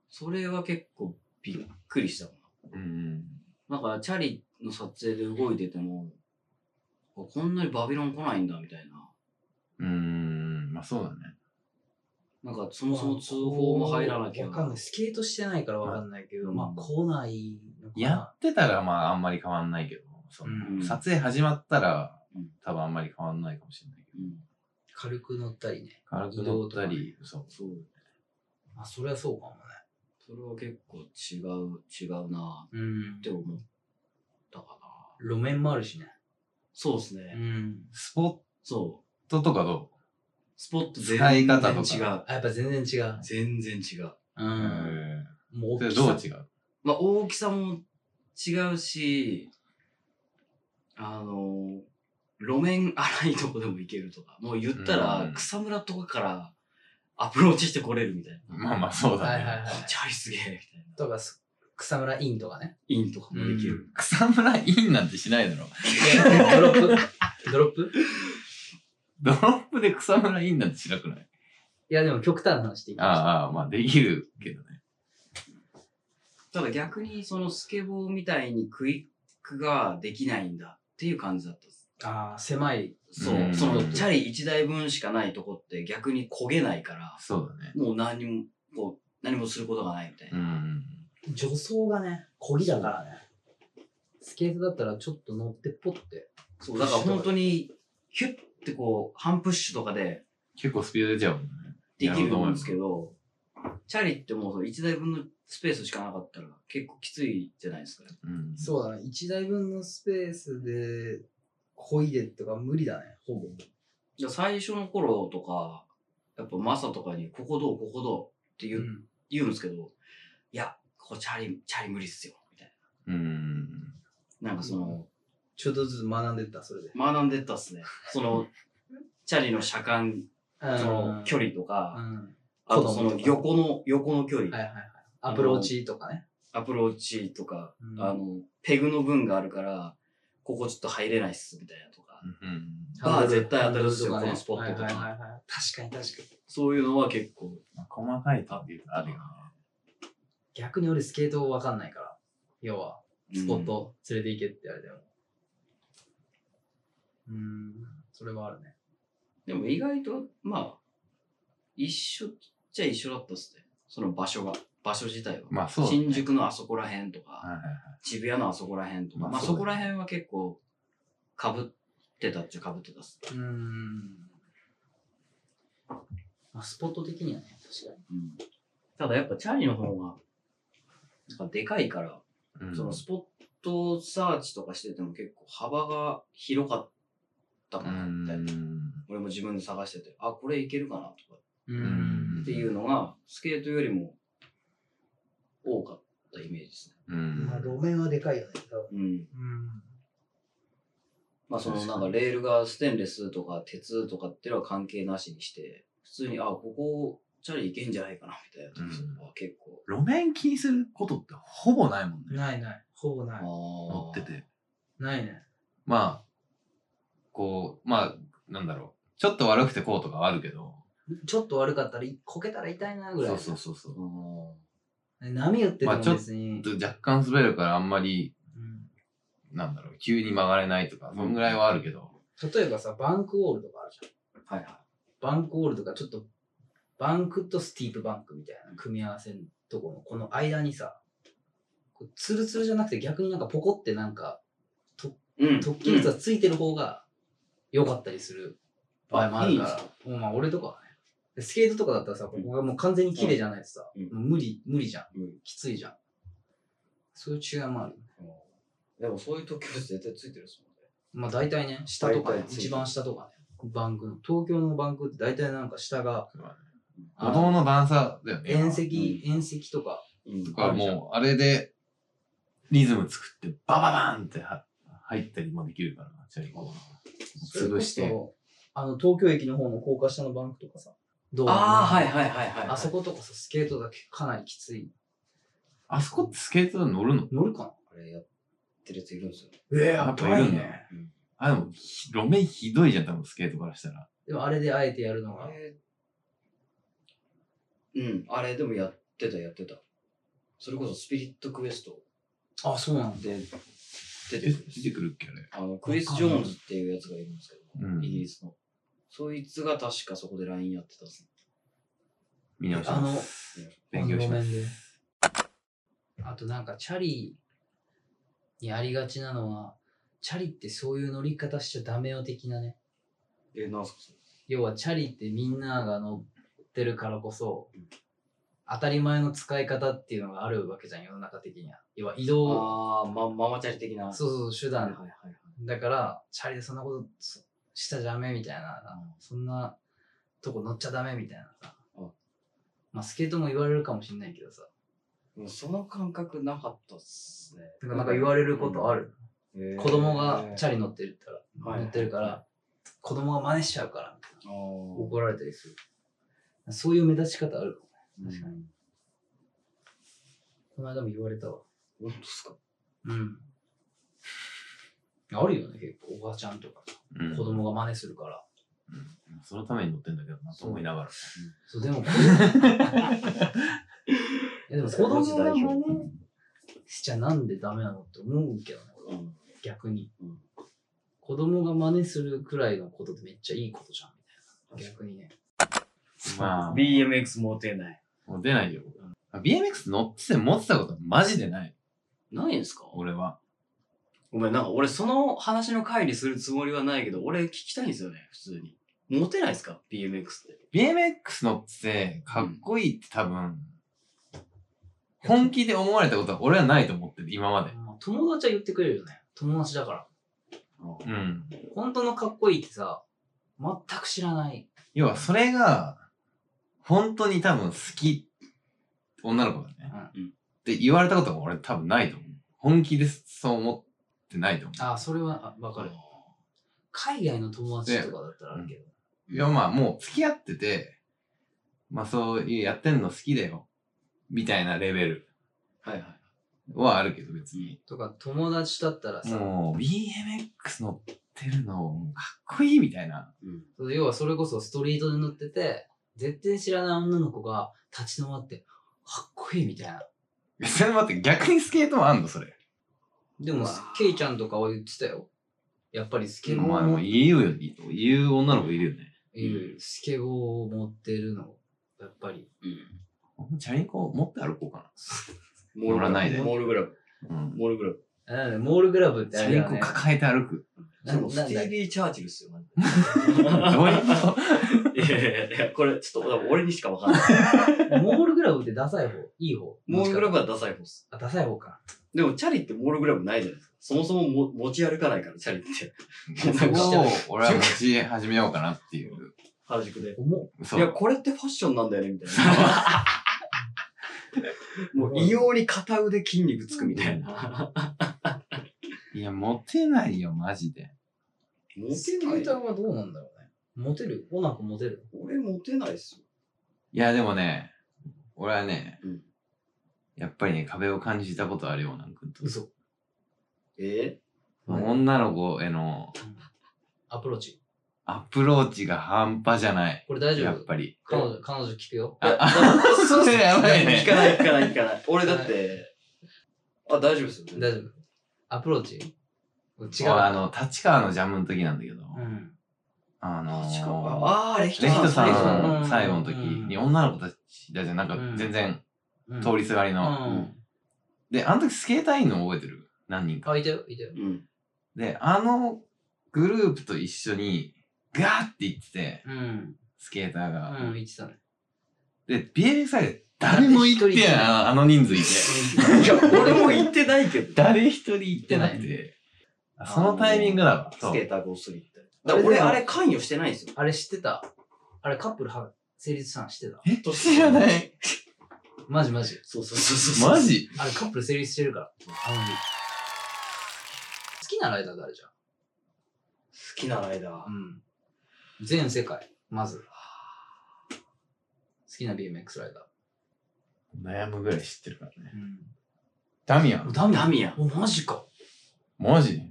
C: それは結構びっくりした
D: う
C: もん。
D: ん。
C: なんか、チャリの撮影で動いてても、あこんなにバビロン来ないんだみたい
D: うん。まあ、そうだね。
C: な。なんか、そもそも通報も入らなきゃ。
B: わかんない。スケートしてないからわかんないけど、
C: うん
B: まあ来ないのかな。
D: やってたら、まあ、あんまり変わんないけど、その
B: うん
D: 撮影始まったら
C: うん、
D: 多分あんまり変わんないかもしれないけど。
C: うん、
B: 軽く乗ったりね。
D: 軽く乗ったり、そう。
C: そう。
B: まあそれはそうかもね。
C: それは結構違う、違うな
B: うん
C: ぁって。思ったかな。
B: 路面もあるしね。
C: そうです
B: う
C: ね。
B: ん。
D: スポッ
C: そう。
D: トとかど
C: スポット全
D: 使い
C: 然
D: 方と
C: 違う
D: か。
B: あ、やっぱ全然違う。
C: 全然違う。
B: う。
D: ううんん。
B: もう大
D: それ
B: き
D: どう
B: さ
D: 違う
C: まあ、大きさも違うし、あの、路面荒いとこでも行けるとか、もう言った
D: う
C: ら
D: ん
C: 草むらとかからアプローチしてこれるみたいな。
D: まあまあ、そうだ
B: は
D: ね。
B: いはいはい。
C: チャリすげえみたいな。
B: とか、す草むらインとか ね。
C: インとかもできる。
D: 草むらインなんてしないだろ。
B: ドロップドロップ
D: ドロップで草むらインなんてしなくない
B: いや、でも極端な話でいきました。
D: ああ、まあ、できるけどね。
C: ただ逆にそのスケボーみたいにクイックができないんだっていう感じだったです。
B: ああ、狭い。
C: そうう、
D: ん
C: そのチャリ1台分しかないとこって逆に焦げないから、
D: そうだね。
C: もう何も、こう、何もすることがないみたいな。
D: うん。
B: 助走がね、こりだからね。スケートだったらちょっと乗ってポッて。
C: そう、だから本当に、ヒュッてこう、半プッシュとかで
D: 結構スピード出ちゃうもんね。
C: でき
D: やろうと
C: る
D: 思えば
C: んですけど、チャリってもう1台分のスペースしかなかったら結構きついじゃないですか。
D: うん。
B: そうだね。1台分のスペースで、こいでとか無理だね、ほぼ。
C: じゃあ最初の頃とか、やっぱマサとかに、ここどう、ここどうって言う,、
B: うん
C: 言うんですけど、いや、ここチャリ、チャリ無理っすよ、みたい
D: うん。
C: な。なんかその、
B: ちょっとずつ学んでった、それで。
C: 学んでったっすね。その、チャリの車間、その距
B: 離。
C: 離とか、
B: うん。
C: あとそ
B: 子供と
C: の
B: か
C: 横の、横の距離、
B: はいはいはい。アプローチとかね。
C: アプローチとか、
B: うん
C: あの、ペグの分があるから、ここちょっと入れないっす、みたいなとか。
D: うん。
C: バー絶対
B: ハンドル
C: 当たるっすよ
B: ハンドル
C: このスポットとか
B: はいはいはいはい確かに確かに。
C: そういうのは結構。
D: まあ細かいとっていうとあるよね。
B: 逆に俺スケートわかんないから。要は、スポッ
C: うん
B: ト連れて行けってあれでも。うーん、それはあるね。
C: でも意外と、まあ、一緒っちゃ一緒だったっすね。その場所が、場所自体は。
D: まあそうだね
C: 新宿のあそこら辺とか、
D: はいはいはい。
C: 渋谷のあそこら辺とか、
D: まあ
C: まあ
D: そうだ
C: そ
D: ね
C: こら辺は結構、被ってたっちゃ被ってたっす。
B: うーん。まあ、スポット的にはね、確か
C: うんただやっぱチャリの方が、なんかでかいから、
D: うん
C: そのスポットサーチとかしてても結構幅が広かったか
D: う
C: なみたいな。
D: ん。
C: 俺も自分で探してて、あ、これいけるかなとか
B: に。う
D: うん
C: っていうのが、スケートよりも多かったイメージですね。
D: うん。
B: 面はでかいよね、多分。
C: うん。
B: うん。
C: まあその
D: 確
C: な
D: か
C: ん
D: に
C: かレールがステンレスとか鉄とかっていうのは関係なしにして、普通に、あ、ここチャリいけんじゃないかなみたいなとこは結構。
D: 路面気にすることってほぼないもんね。
B: ないない。ほぼない。
D: 乗っ
C: 乗
D: てて。。
B: ないね。
D: まあ、こう、まあ、なんだろう。ちょっと悪くてこうとかはあるけど。
B: ちょっと悪かったら、いこけたら痛いなぐらい。
D: そうそうそうそう。
C: うん
B: 波打ってても
D: まあちょっと
B: 別に。
D: 若干滑るからあんまり、
B: うん
D: なんだろう、急に曲がれないとか、そんぐらいはあるけど、
B: 例えばさ、バンクウォールとかあるじゃん。
C: はいはい。
B: バンクウォールとかちょっとバンクとスティープバンクみたいな組み合わせのとこのこの間にさこうツルツルじゃなくて逆になんかポコってなんか
C: うん
B: 突起物がついてる方が良かったりする場合もあるから、もうまあ俺とかはねでスケートとかだったらさここがもう完全に綺麗じゃないとさ、
C: うん
B: もう無理無理じゃん
C: うん
B: きついじゃんそういう違いもある
C: でもそういう時は絶対ついてるですもんね。
B: まあ大体ね下とかね
C: 大体ついてる
B: 一番下とかねバンクの東京のバンクって大体なんか下が
D: そうだね歩道の段差だよね。
B: 遠赤、遠赤とか。
C: うん
D: とか、もう、あれで、リズム作って、バババーンっては入ったりもできるからな、チャリコ。潰し
A: それ
D: て。
A: こそ。あの、東京駅の方の高架下のバンクとかさ。
B: どう
C: ああ、はいはいはいはい。
B: あそことかさ、スケートだけかなりきつい。
D: あそこってスケート乗るの
B: 乗るかな
C: あれやってるやついるんですよ。
D: ええ、
A: や
D: や
A: っぱ
D: っぱ
A: い
D: い
A: る
D: る
A: ん
D: ん
A: だ
D: だ。
C: うん
D: あ、でも、ひ路面ひどいじゃん、多分スケートからしたら。
B: でもあれであえてやるのが。
C: うん、あれでもやってたやってた。それこそスピリットクエスト
B: あ、そうなんだ。
C: で出て
D: え、
C: くるんです
D: 出てくるっけ、あれ。
C: あの、クリス・ジョーンズっていうやつがいるんですけど、
D: うん
C: イギリスの。そいつが確かそこで LINE やってたっすね。
D: 見直し
B: あ
D: ま
B: の
D: す。、勉強します。
B: あとなんか、チャリにありがちなのは、チャリってそういう乗り方しちゃダメよ的なね。
C: え、なんすかそれ
B: 要はチャリってみんなが乗ってるからこそ当たり前の使い方っていうのがあるわけじゃん世の中的には要は移動
C: あー、ま、ママチャリ的な。
B: そうそう手
C: はい
B: 段、
C: はいはいはい。
B: だからチャリでそんなことそしたらダメみたいな、そんなとこ乗っちゃダメみたいなさ、
C: うん
B: まあスケートも言われるかもしんないけどさ
C: でもその感覚なかったっすね。
B: だからなんか言われることある、子供がチ
C: ャ
B: ャリ乗ってるったら、
C: はい
B: 乗ってるから子供が真似しちゃうからみたいな
C: リ。あー
B: 怒られたりするそういう目立ち方あるかも確か
C: に。
B: この間も言われたわ
C: 本当っすか
B: うん。あるよね、結構、おばちゃんとか、
D: うん
B: 子供が真似するから。
D: うんそのために乗ってんだけどな、と思いながら。
B: そう、でも、子 供いやでも子供が真似しちゃなんでダメなのって思うけどね、俺
C: う
B: は
C: ん。
B: 逆に
C: うん。
B: 子供が真似するくらいのことってめっちゃいいことじゃん、みたいな。逆にね。
D: まあ、
C: BMX 持てない。
D: もう出ないよ。BMX 乗ってて持ってたことはマジでない。
C: ないんすか
D: 俺は。
C: ごめん、なんか俺その話の回にするつもりはないけど、俺聞きたいんですよね、普通に。モテないですか ?BMX って。
D: BMX 乗っててかっこいいって多分、本気で思われたことは俺はないと思ってる、今まで。
B: まあ友達は言ってくれるよね。友達だから。
D: うん。
B: 本当のかっこいいってさ、全く知らない。
D: 要はそれが、本当に多分好き、女の子だね。
C: うん
D: って言われたことも俺多分ないと思う。本気でそう思ってないと思
B: ああ、それはあわかる。海外の友達とかだったらあるけど。
D: う。いや、まあもう付き合ってて、まあそういうやってんの好きだよ。みたいなレベル
C: はいはい。
D: はあるけど別に。
B: とか友達だったらさ、
D: もう BMX 乗ってるのもうかっこいいみたいな。
C: うん。
B: 要はそれこそストリートで乗ってて絶対知らない女の子が立ち止まってかっこいいみたいな
D: それ待って、逆にスケートもあんのそれ。
B: で
C: う
B: も
C: わ
B: ケイちゃんとかは言ってたよやっぱりスケボ
D: お前
B: ー
D: も
B: も
D: う言うよ、言う女の子いるよね。
B: いるスケボーを持ってるのやっぱり
D: 俺もチャリンコ持って歩こうか
C: モ
D: 乗らないで
C: モールグラブ。
D: な。うん。
C: モールグラブ。
B: なんだねモールグラブって
D: チ
B: あ
D: ャ
B: れ
D: リ
B: だよ
D: ンコ
B: ね
D: 抱えて歩 く。
B: な
C: でも
B: な
C: ス
B: ん
C: テ
B: だ
C: ィービー・チャーチルっすよ、マジ
D: どういうこと
C: で。いやいやいや、これちょっと多分俺にしかわかんない。
B: モールグラブってダサい方いい方
C: モールグラ
B: ブ
C: ブはダサい方っす。
B: ダサい方か
C: でもチャリってモールグラブないじゃないですか。そもそもも持ち歩かないから、チャリって。
D: そこを俺は持ち始めようかなっていう。
C: 原宿で。
B: 重っ
D: そ
C: いや、
D: う。
C: これってファッションなんだよね、みたいな。もう異様に片腕筋肉つく みたいな。
D: いや、モテないよ、マジで。
C: モ
B: スケーターはどうなんだろうねモテるオナコモテる
C: 俺モテないっすよ。
D: いや、でもね、俺はね、
C: うん
D: やっぱりね、壁を感じたことあるよ、なんか。
B: 嘘
C: え
D: 女の子への
B: アプローチ
D: アプローチが半端じゃない。
B: これ大丈
D: やっ
B: 夫
D: ぱり。
B: 彼女彼女聞くよ
D: あ、あ、それ やばいね
C: 聞。かない聞かない聞かない。俺だって、あ、大丈夫っすよ、
B: 大丈夫アプローチ違う。
D: 俺あの、立川のジャムの時なんだけど、
B: うん。
D: あの
C: 確か
D: ー、
C: ああ、レヒ
D: レヒトさ
B: レヒトさん
D: ん
B: の
D: の最後の時
B: うん
D: に女の子たちだじゃん、なんか
B: うん
D: 全然
B: うん
D: 通りすがり
B: う
D: の。
B: ん。
D: で、あの時スケーターいんの覚えてる何人か。
B: あ、いたよ、いたよ。
C: うん。
D: で、あのグループと一緒に、ガーって行ってて、
B: うん。
D: スケーターが。
B: うん、言ってた ね。
D: で、BMX で誰も行って
B: 一人い
D: ない
B: ない
D: あの人数いて。
C: いや、俺も言ってないけど。
D: 誰一人行ってなくて。あそのタイミングだわ。
C: ス
D: そ
C: ケ
D: う。
C: ーターごっそりって。だから俺、あれ関与してないんですよ。
B: あれ知ってたあれカップルは成立したの知ってた。
D: え知らない。
B: マジマジ。
C: そうそうそうそう。
D: マジ
B: あれカップル成立してるから。あの好きなライダー誰じゃ
C: 好きなライダー
B: ん。うん。全世界、まず。好きな BMX ライダー。
D: 悩むぐらい知ってるからね。
B: う
D: ダミアン。
B: ダミア
C: ダ
B: ン。
C: ミアン。
B: お、マジか。
D: マジ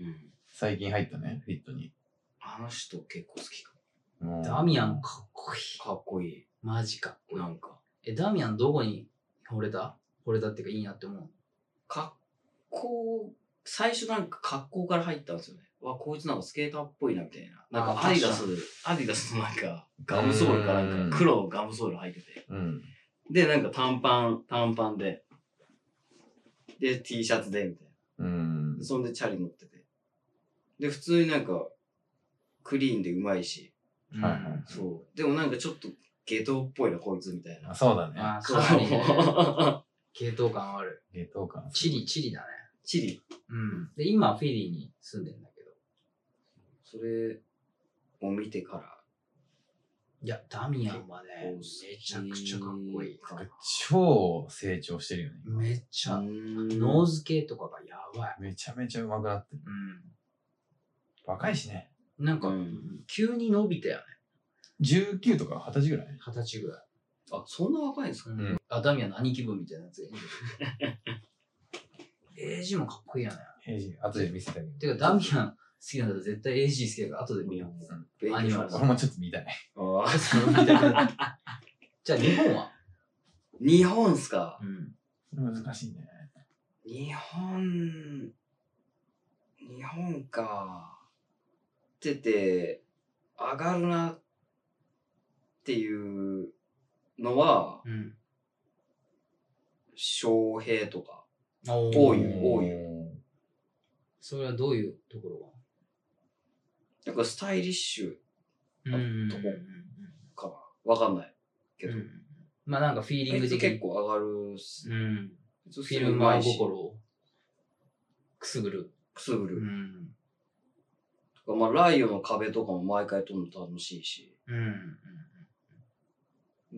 C: うん。
D: 最近入ったね、フィットに。
C: あの人結構好きかも。
D: もう
B: ダミアン。かっこいい。
C: かっこい
B: マジかっこ
C: い。
B: いい
C: なんか。
B: え、ダミアンどこに惚れた惚れたっていうかいいなって思う。
C: 格好、最初なんか格好から入ったんですよね。わ、こいつなんかスケーターっぽいなみたいな。なん
B: あ
C: か
B: ー
C: アディダス、アディダスのなんかガムソールかなんか黒のガムソール入ってて。
D: うん。
C: で、なんか短パン、短パンで。で、T シャツで、みたい
D: うん
C: な。。そんでチャリ乗ってて。で、普通になんかクリーンでうまいし。
D: はいはい
B: うん
C: そう。でもなんかちょっとゲトっぽいな、こいつみたいな。
D: あそうだね。
B: まあ、
C: そう
B: かなりね、 系統感ある。
D: 冷凍感。
B: チリ、チリだね。
C: チリ。
B: うん。で、今、フィリーに住んでんだけど。
C: それを見てから。
B: いや、ダミアンはね、
C: こう
B: めちゃくちゃかっこいい。
C: かっ
D: 超成長してるよね。
B: めっちゃ、ノー
C: ノー
B: ズ系とかがやばい。
D: めちゃめちゃ上手くなってる。
B: う
D: 若いしね。
B: ん。なんか、
C: うん
B: 急に伸びたよね。
D: 19とか20歳ぐらい
B: 二十歳ぐらい。
C: あ、そんな若いんですか
B: うん
D: ん
B: あ、ダミアンの兄貴分みたいなやつ。 エイジもかっこいいよね。
D: 平時、後で見せてあげる。
B: てか、ダミアン好きなんだったら絶対 AG 好きだから、後で見よう。
C: 勉強しま
D: 俺もちょっと見たい。
C: あー
B: じゃあ、日本は
C: 日本っすか
B: うん。
D: 難しいね。
C: 日本、日本か。ってて、上がるなっていうのは、
B: うん。
C: 翔平とか。
B: お
C: 多い多い
B: それはどういうところ
C: なんかスタイリッシュ
B: がうん
C: とこかな。わかんないけど。
B: うんまあなんかフィーリング
C: 結
B: 的
C: 結
B: に。
C: 構上がるっす
B: う
C: ね。
B: ん。
C: フ
B: フィルマー心をくすぐる。
C: くすぐ
B: う
C: る。
B: ん。
C: とか、まあ、ライオの壁とかも毎回撮るの楽しいし。
B: うん。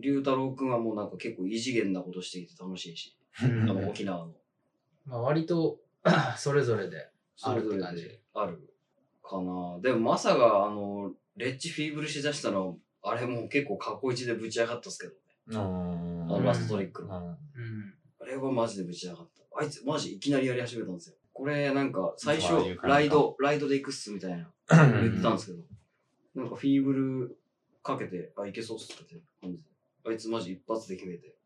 C: 龍太郎くんはもうなんか結構異次元なことしていて楽しいし。
B: うん
C: あ
D: う
C: の
D: ん
C: 沖縄の。
B: まあ割と それぞれで。
C: それぞれ
B: あるって感じ
C: であるかな。でもまさが、あの、レッチフィーブルしだしたのは、あれもう結構過去一でぶち上がったっすけどね。
D: うん
C: あの
B: うん
C: ラストトリックの。
D: うん
B: うん。
C: あれはマジでぶち上がった。あいつマジいきなりやり始めたんですよ。これなんか最初
D: まあいう感じか
C: ライド、ライドで行くっすみたいな
D: うん
C: 言ってたんですけど、なんかフィーブルかけて、あ、いけそうっすって感じで。あいつマジ一発で決めて。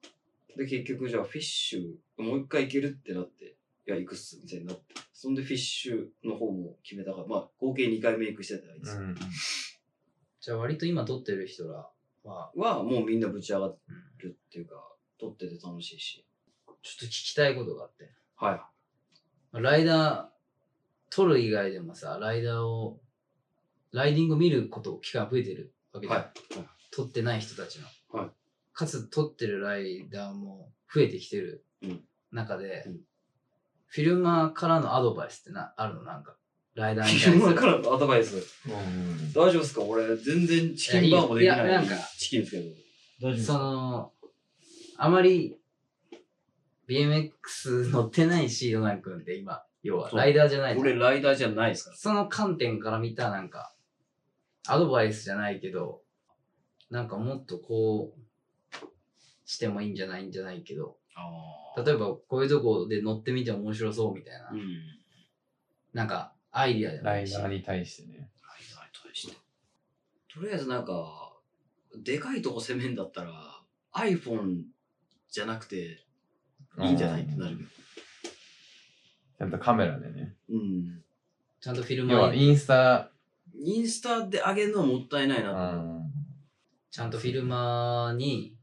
C: で、結局じゃあフィッシュ、もう一回いけるってなって、いや、行くっすみたいになって。そんでフィッシュの方も決めたから、まあ合計2回メイクしてたあいつ、
D: うん
B: じゃあ割と今撮ってる人らは、
C: はもうみんなぶち上が
B: うん
C: るっていうか、撮ってて楽しいし。
B: ちょっと聞きたいことがあって。
C: はい。
B: ライダー、取る以外でもさ、ライダーを、ライディングを見ること、機会が増えてるわけで、
C: はいはい
B: 取ってない人たちの。
C: はい
B: かつ、取ってるライダーも増えてきてる
C: うん
B: 中で、
C: うん
B: フィルマーからのアドバイスってなあるのなんか、ライダーに対する。
C: 昼間からのアドバイス。
D: うん
C: 大丈夫ですか俺、全然チキンバーもできない
B: いやいやなんか
C: チキンですけど。
D: 大
B: その、あまり、BMX 乗ってないし、ヨナ君って今、要は、
C: そう
B: ライダーじゃないじゃん
C: 俺、ライダーじゃないですから。
B: その観点から見たなんか、アドバイスじゃないけど、なんかもっとこう、してもいいんじゃないんじゃないけど、
C: あ
B: 例えばこういうとこで乗ってみても面白そうみたいな、
C: うん。ライ
B: なんかアイディアじゃな
D: ラ
B: い
D: イ
B: し。
D: ダーに対してね。
C: ダーに対して。とりあえずなんか、でかいとこ攻めんだったら、iPhone じゃなくていいんじゃないってなるけど。
D: ちゃんとカメラでね。
C: うん。
B: ちゃんとフィル
D: 要
B: マ
D: は
B: ーに、
D: インスタ、
C: インスタで上げるのはもったいないうな。
D: ん
B: ちゃんとフィルマーに、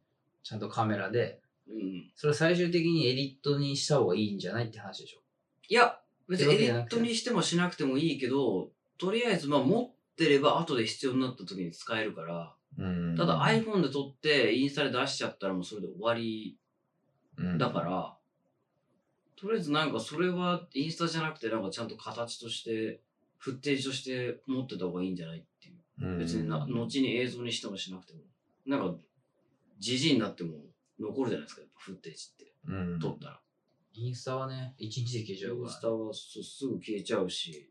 B: ちゃんとカメラで、
C: うん。
B: それ最終的にエディットにした方がいいんじゃないって話でしょ。
C: いや、別にエディットにしてもしなくてもいいけど、とりあえずまあ持ってれば後で必要になった時に使えるから、
D: うん、
C: ただ iPhone で撮ってインスタで出しちゃったらもうそれで終わりだからら、とりあえずなんかそれはインスタじゃなくてなんかちゃんと形として、フッテージとして持ってた方がいいんじゃないっていう。別にな、
D: うん
C: 後に映像にしてもしなくても。なんかじじいになっても残るじゃないですか、やっぱフッテージって。
D: うん。
C: 撮ったら。
B: インスタはね、1日で消えちゃう
C: イン
B: か
C: スタはすすぐ消えちゃうし、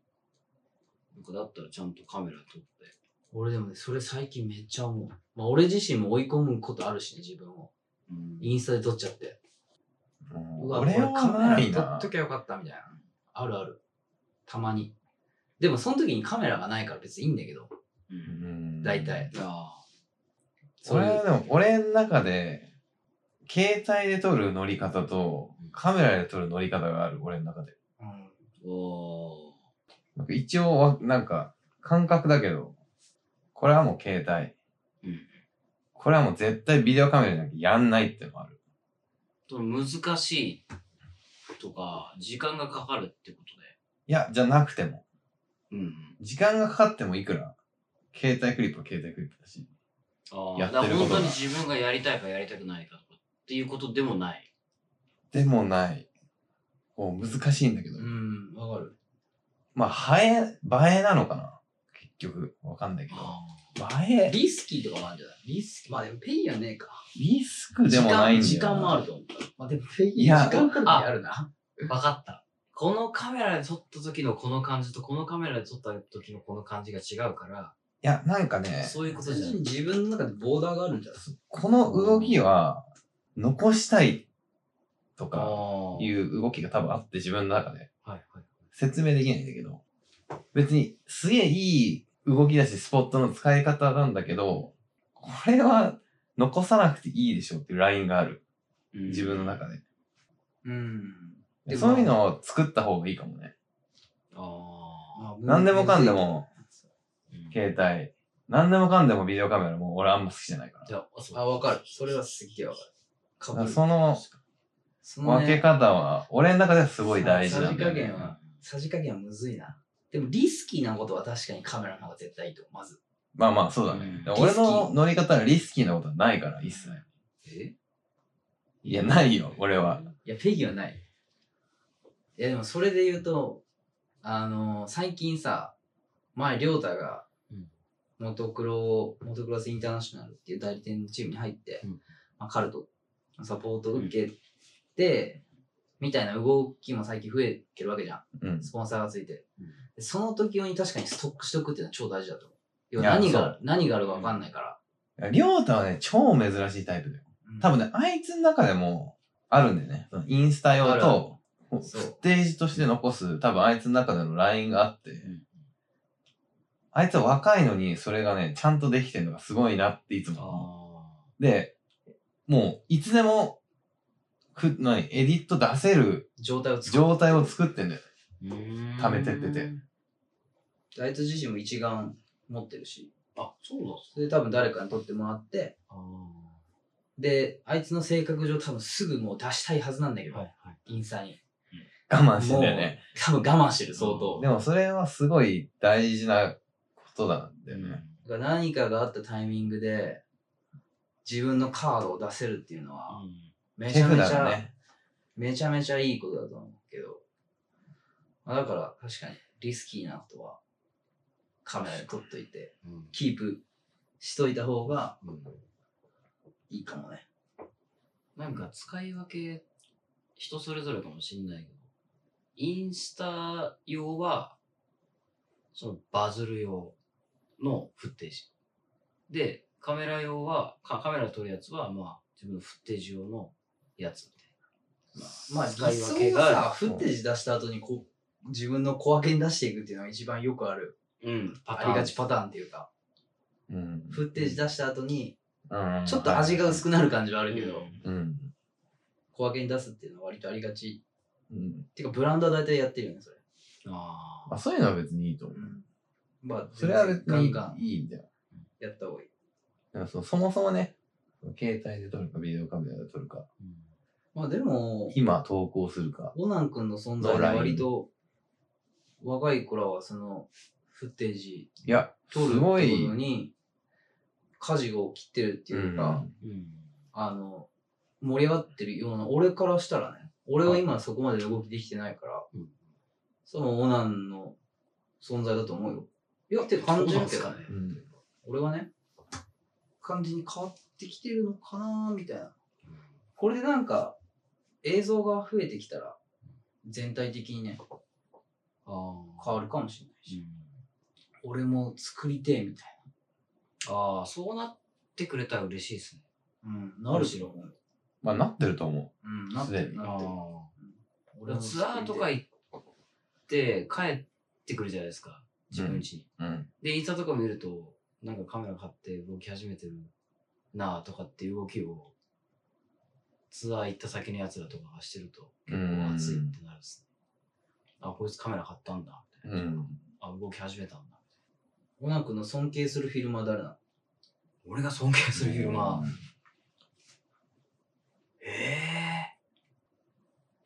C: なんかだったらちゃんとカメラ撮って。
B: ら。俺でもね、それ最近めっちゃ思う。まあ俺自身も追い込むことあるしね、自分を。
C: うん
B: インスタで撮っちゃって。
D: うん
B: うわ、これ
D: 俺は
B: カメラ
D: な
B: に
D: い
B: 撮っ
D: な
B: と。きゃよかったみたいな。あるある。たまに。でもその時にカメラがないから別にいいんだけど。
D: う
C: う
D: んん
B: 大体。
C: いやー
B: そう
D: 俺
B: い
D: は
B: う。
D: でも、俺の中で、携帯で撮る乗り方と、カメラで撮る乗り方がある、俺の中で。
B: うん
C: おー
D: なんか一応わ、なんか、感覚だけど、これはもう携帯。
C: うん
D: これはもう絶対ビデオカメラじゃなくてやんないってのもある。
C: その難しいとか、時間がかかるってこと
D: いや、じゃなくても。
C: で。うん。
D: 時間がかかってもいくら、携帯クリップは携帯クリップだし。
C: あ
D: やっ
C: あ、
D: て
C: だから
D: ること
C: 本
D: が
C: 当に自分がやりたいかやりたくないかとかっていうことでもない。
D: でもない。こう、難しいんだけど。
B: うん、わかる。
D: まあ、映え、映えなのかな結局、わかんないけど。映え、
B: リスキーとかもあるんじゃないリスキー。まあでもペイはねえか。
D: リスクでもないんだよな
B: 時間時間もあると思う。まあでもペイ、
D: い
B: 時間か
D: や
B: かる時あるな。
C: わかった。このカメラで撮った時のこの感じと、このカメラで撮った時のこの感じが違うから、
D: いや、なんかね、
C: そういうことじゃない。
B: 自分の中でボーダーがあるんじゃない
D: この動きは、残したいと
C: あ
D: か
C: ー
D: いう動きが多分あって自分の中で
C: はいはい。
D: 説明できないんだけど、別にすげえいい動きだし、スポットの使い方なんだけど、これは残さなくていいでしょっていうラインがある。自分の中で。
B: うん。でも
D: そういうのを作った方がいいかもね。
C: ああ。
D: 何でもかんで。も
C: うん
D: 携帯、何でもかんでもビデオカメラも俺あんま好きじゃないから。
C: いや、あそう
B: あ、わかる。それはすっげえわかる。
D: だ
B: か
D: から
B: ぶる
D: その
B: その
D: 分け
B: ね、
D: 方は、俺の中ではすごい大事なんだよ
B: さじ加
D: ね
B: 減は。さじ加減はむずいな。でもリスキーなことは確かにカメラの方が絶対いいと思う。まず。
D: まあまあ、そうだね。
C: うん
D: で俺の乗り方はリスキーなことはないから、一切。
B: え
D: いや、ないよ、俺は。
B: いや、ペギはない。いや、でもそれで言うと、あの最近さ、前、亮太が
C: うん、
B: モトクロ、モトクロスインターナショナルっていう代理店チームに入って、
C: うん
B: まあ、カルトのサポートを受けて、みたいな動きも最近増えてるわけじゃん。
D: うん。
B: スポンサーがついて
C: うん。
B: でその時用に確かにストックしとくっていうのは超大事だと思う。要はい
D: や
B: 何
D: そ
B: が
D: う、
B: 何があるか分かんないから。
D: りょうたはね、超珍しいタイプだよ。多分
B: ね、
D: ね、あいつの中でもあるんだよね。そのインスタ用と、フ
B: そう
D: ッテージとして残す、多分あいつの中でのラインがあって、
C: ん
D: あいつは若いのに、それがね、ちゃんとできてるのがすごいなっていつ
C: あ
D: も思
C: あ。
D: う。で、もう、いつでも、く、なに、エディット出せる
B: 状態を作る。
D: 状態を作ってんだよ。
C: 溜
D: 溜めてってて。
B: あいつ自身も一眼持ってるし、
C: あ、そうなんですか
B: それで多分誰かに撮ってもらって、
C: ああ。
B: で、あいつの性格上多分すぐもう出したいはずなんだけど、
C: はいはい。
B: インスタに。
D: 我慢してんだよね。
B: 多分我慢してる、相当。
D: でもそれはすごい大事なことなんだよね。
B: だから何かがあったタイミングで、自分のカードを出せるっていうのは、めち
D: 手
B: ゃめ
D: 札
B: ちゃ、
D: がね。
B: めちゃめちゃいいことだと思うけど、まあ、だから確かにリスキーなことはカメラで撮っといて、
C: うん。
B: キープしといた方が
C: うん
B: いいかもね。
C: なんか使い分け、人それぞれかもしんないけど、インスタ用は、そのバズる用のフッテージ。で、カメラ用は、かカメラで撮るやつは、まあ、自分のフッテージ用のやつみたい
B: まあ、
C: 使い分け
B: 理想
C: がある
B: はさ、フッテージ出した後にこう、自分の小分けに出していくっていうのは一番よくある、
C: な。うん、パ
B: あ
C: ターン。
B: りがちパターンっていうか、
D: うん
B: フッテージ出した後に、
D: うん
B: ちょっと味が薄くなる感じはあ
C: あ
B: るけど、
D: うん。
B: 小分けに出すっていうのは割とありがち。
D: うん
B: てか、ブランドは大体やってるよね、それ。
C: あ
D: まあ、そういうのは別にいいと思う。
B: まあ、
D: それは別
B: ガン
D: に
B: ガン
D: いいんだよ。
B: やった方がいい。
D: でもそのそもそもね、携帯で撮るか、ビデオカメラで撮るか、
B: まあでも、
D: 今投稿するか。
B: オナン君の存在で
D: のライン
B: 割と若い子らはそのフッテージ
D: いや、
B: 撮るって
D: すごい
B: ことに舵を切ってるっていうか、
C: うん。うん。
B: あの盛り上がってるような俺からしたらね俺は今そこまで動きできてないから、
C: うん
B: そのオナンの存在だと思うよいやって感じるけ
C: そう
B: ど
C: なん
B: ね
C: す
D: う
C: かね
D: ん
B: 俺はね感じに変わっってきてるのかなみたいな。これでなんか映像が増えてきたら全体的にね、
C: あー
B: 変わるかもしれないし、
C: うん
B: 俺も作りてえみたい
C: あー、そうなってくれたら嬉しいですね。
B: な。うん、なるしろ。
D: まあ、なってると思
B: うん、なってる
D: すでに
B: なってる。
C: 俺はツアーとか
B: 行
C: 行って帰ってくるじゃないですか。自分家に。
D: う。うん。
C: で、インスタとか見ると、なんかカメラ買って動き始めてるなあとかっていう動きを、ツアー行った先のやつらとかがしてると、結構熱いってなるっすね。あ、こいつカメラ買ったんだ、みたいうな。
D: ん。
C: あ、動き始めたんだ。
B: オナ君の尊敬するフィルマー誰なの
C: 俺が尊敬する昼間、
D: うん
C: ええ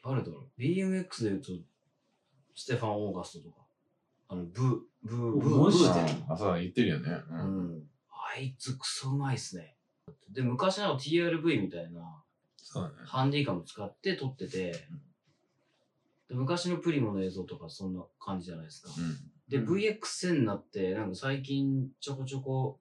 C: ー。誰だろう ?BMX で言うと、ステファン・オーガストとか、あの、ブー、ブー、ブー、ブー
A: マジ
C: し
A: で
C: てる。
D: あ、そうだ、言ってるよね。う。
C: うんん。あいつクソうまいっすね。で、昔の TRV みたいな
D: そうだね。
C: ハンディカム使って撮ってて、で昔のプリモの映像とかそんな感じじゃないですか。で、
A: うん
C: VX1000 になって、なんか最近ちょこちょこ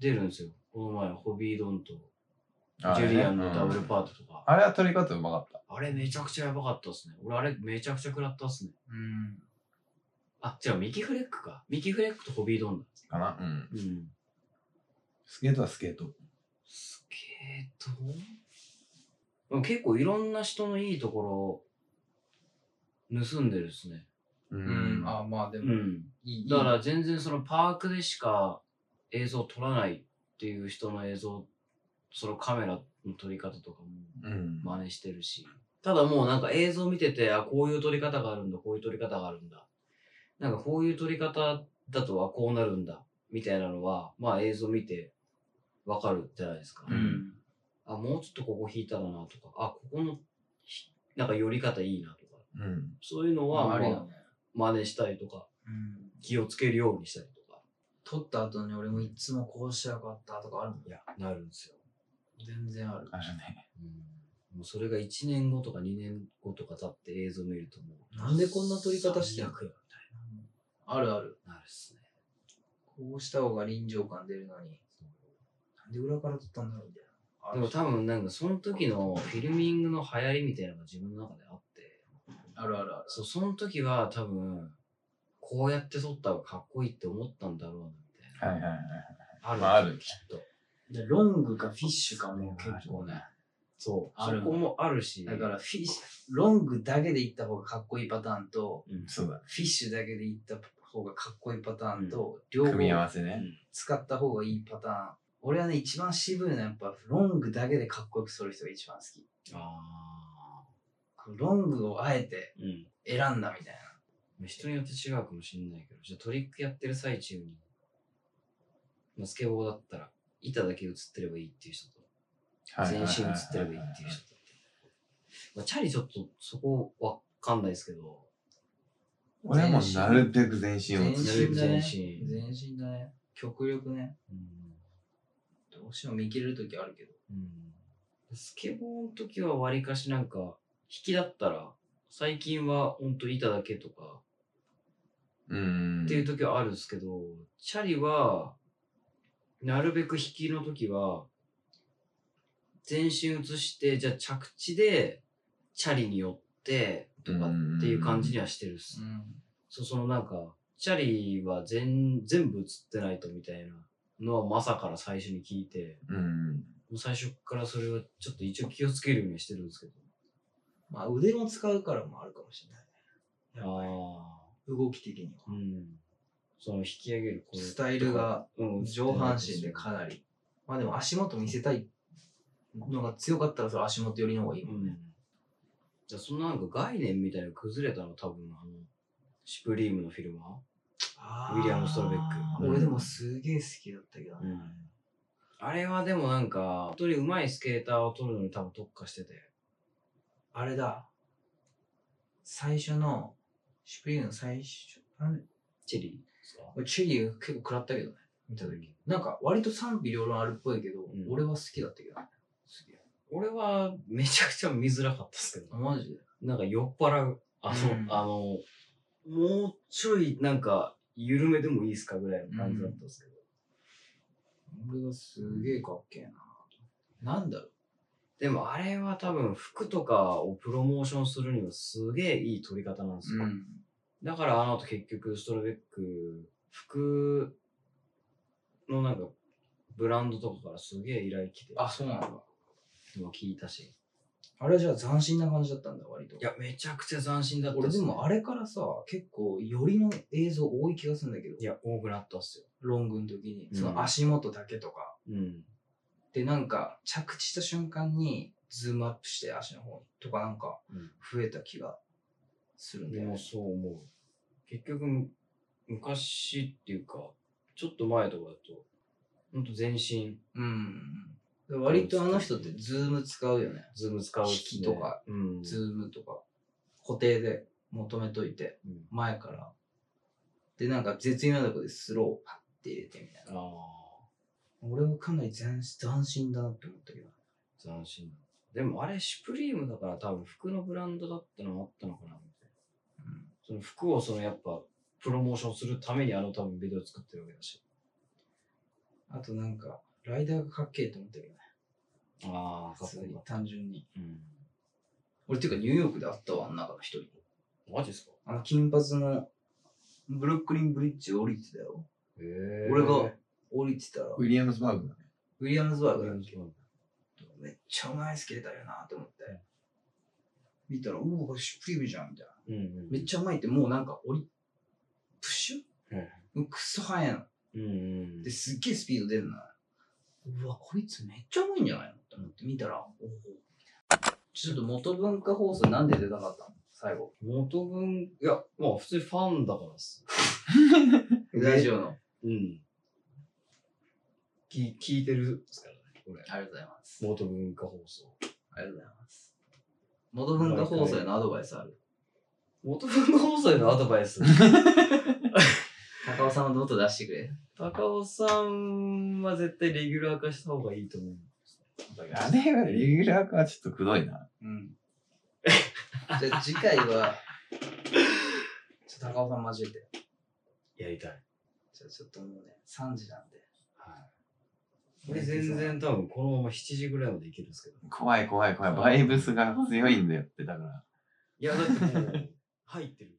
C: 出るんですよ。この前、ホビードンと
D: うん。
C: ジュリアンのダブル
D: ー。
C: パートとか。
D: あれは撮り方うまかった。
C: あれめちゃくちゃやばかったっすね。俺あれめちゃくちゃ食らったっすね。
B: うん。
C: あ、違う、ミキフレックか。ミキフレックとホビードンだ。
D: かなうん。
C: うん。
D: スケートはスケート。
C: スケートでも結構いろんな人のいいところを盗んでるっすね。
D: う
B: うん、あ、まあで
C: う
B: も、
C: ん。
B: いい。
C: だから全然そのパークでしか映像を撮らないっていう人の映像、そのカメラの撮り方とかも
D: うん。
C: 真似してるし。ただもうなんか映像見てて、あ、こういう撮り方があるんだ、こういう撮り方があるんだ。なんかこういう撮り方だとはこうなるんだ、みたいなのは、まあ映像見てわかるじゃないですか。
D: う
B: うん。
C: あ、もうちょっとここ引いたらなとか、あ、ここのひ、なんか寄り方いいなとか、
D: うん。
C: そういうのは、
B: まああれだ
C: まあ
B: ね。
C: 真似したりとか、
B: うん。
C: 気をつけるようにしたりとか、
B: 撮った後に俺もいつもこうしたらよかったとかあるもん。いや、
C: なるんですよ。
B: 全然ある。
D: あるね。
C: うん、もうそれが1年後とか2年後とか経って映像見るともう、
B: なんでこんな撮り方してん
C: る
B: の
C: みたい
B: あるある。
C: な。なるっすね。
B: こうした方が臨場感出るのに、なんで裏から撮ったんだろうみたいな。
C: でも多分なんかその時のフィルミングの流行りみたいなのが自分の中であって、
B: あるあるある。
C: そうその時は多分、こうやって撮った方がかっこいいって思ったんだろうな、みたいな。
D: はいはいはい。
C: ある、
D: まあある
C: きっと。
A: でロングかフィッシュかも結
B: 結
A: 構
B: 構ね。
C: そう。
B: ある
C: そこもあるし。
B: だから、フィッシュ、ロングだけで行った方がかっこいいパターンと、
C: うん
D: そうだ。
B: フィッシュだけで行った方がかっこいいパターンと、両
D: 組み合
B: 方
D: わせね。
B: 使った方がいいパターン。俺はね、一番渋いのはやっぱ、ロングだけでかっこよくする人が一番好き。
C: あ
B: こうロングをあえて
C: ーうん。
B: 選んだみたいな。
C: 人によって違うかもしれないけど、じゃあトリックやってる最中に、まあ、スケボーだったら、板だけ映ってればいいっていう人と、
D: はいはい
C: 全
D: はい
C: 身映ってればいいっていう人と。まあ、チャリちょっとそこわかんないですけど、
D: 俺はもうなるべく全身を映
B: 全
D: す。
B: 身だね。
C: 全身
B: 全身だね。極力ね。
C: うん
B: どうしても見切れるときあるけど。
C: うん、スケボーの時はわりかしなんか、引きだったら、最近はほんと板だけとか、
D: うん。
C: っていう時はあるんですけど、チャリは、なるべく引きの時は、全身移して、じゃあ着地で、チャリによって、とかっていう感じにはしてるっす。
B: う
C: そう、そのなんか、チャリは全、全部映ってないとみたいなのはまさから最初に聞いて、
D: うん。
C: もう最初からそれはちょっと一応気をつけるようにはしてるんですけど。
B: まあ腕も使うからもあるかもしれないね。やっぱり
C: あ
B: 動き的に
C: あ。うん。その引き上げるこ
B: は。
C: う
B: スタイルが
C: うん
B: 上半身でかなり。まあでも足元見せたいのが強かったらそれ足元寄りの方がいいもんね。
C: じゃあそのなんか概念みたいなの崩れたの多分あの、シュプリームのフィルマウィリアムストロベック
B: 俺でもすげえ好きだったけど
C: ー、
B: ね。
C: あれはでもなんか、本当に上手いスケーターを撮るのに多分特化してて。
B: あれだ。最初の、シュプリームの最初、なん
C: チェリーですか
B: 俺チェリー結構食らったけどね。見た時に。なんか割と賛否両論あるっぽいけど、
C: ん
B: 俺は好きだったけどね。すげえ。
C: 俺はめちゃくちゃ見づらかったですけど
B: あ、。マジで。
C: なんか酔っ払う。あの、
B: うん
C: あの、もうちょいなんか緩めでもいいですかぐらいの感じだったんですけど。
B: 俺がすげえかっけえな。なんだろう
C: でもあれは多分服とかをプロモーションするにはすげえいい取り方なんですよ。
E: うん。
C: だからあの後結局ストラベック、服のなんかブランドとかからすげえ依頼来て、
E: あ、そうなんだ。
C: も聞いたし。
B: あれはじゃあ斬新な感じだったんだ、割と。
C: いや、めちゃくちゃ斬新だった
B: 俺でもあ
C: れ
B: れからさ、結構よりの映像多い気がするんだけど
C: い、や、多くなったっすよ。
B: ロングの時に。
C: うん
B: その足元だけとか。
C: うん。
B: で、なんか着地した瞬間にズームアップして足の方にとかなんか
C: うん
B: 増えた気がするんだ
C: で
B: よ
C: も
B: ね。
C: そう思う。結局、む昔っていうか、ちょっと前とかだと、ほんと全身、
E: うん。
B: で割とあの人ってズーム使うよね。
C: ズーム使うっすね
B: 引きとか、
C: うん。
B: ズームとか固定で求めといて
C: うん
B: 前から。で、なんか絶妙なとこでスローをパッて入れてみたいな。
C: あ
B: 俺はかなり斬斬新だなって思ったけど。
C: あ、斬新。でもあれ、シュプリームだから多分服のブランドだったのもあったのかなみたいな。その服をそのやっぱ、プロモーションするためにあの多分ビデオ作ってるわけだし。
B: あとなんか、ライダーがかっけえと思ったけどね。
C: あ
B: 普通に、単純に。
C: うん。
B: 俺っていうかニューヨークで会ったわ、あの中の一人。
C: マジですか
B: あの金髪の、ブルックリンブリッジ降りてたよ。
C: へえ
B: 俺が降りてたら、
D: ウ
B: ウ
D: ィリアムズバーグだね。
B: ィリアムズバーグだっけ
C: う
B: めっちゃうまいスケーターやなと思って。見たら、おお、シュプリームじゃん、みたいな。
C: んうん。
B: めっちゃうまいって、もうなんか降り、プッシュ、
C: はい
B: うん、くっそ速いの。
C: うんうん。
B: で、すっげえスピード出るな。うわ、こいつめっちゃうまいんじゃないのと思って見たら、おお。ちょっと元文化放送なんで出なかったの最後。
C: 元文、いや、まあ普通にファンだからっす。
B: ラジオの。
C: うん。き聞いてるっすからね、これ。
E: ありがとうございます。
C: 元文化放送。
E: ありがとうございます。元文化放送へのアドバイスある。
C: 元文化放送へのアドバイス。
E: 高尾さんはどうと出してくれ。
C: 高尾さんは絶対レギュラー化した方がいいと思う。
D: あれはレギュラー化はちょっとくどいな。
E: うん。じゃあ次回 は、
B: ちょっと高尾さん交えて。
C: やりたい。
E: じゃあちょっともうね、3時なんで。
C: これ全然多分このまま7時ぐらいまでいけるんですけど。
D: 怖い怖い怖い。バイブスが強いんだよって、だから。
C: いや、だってもう、入ってる。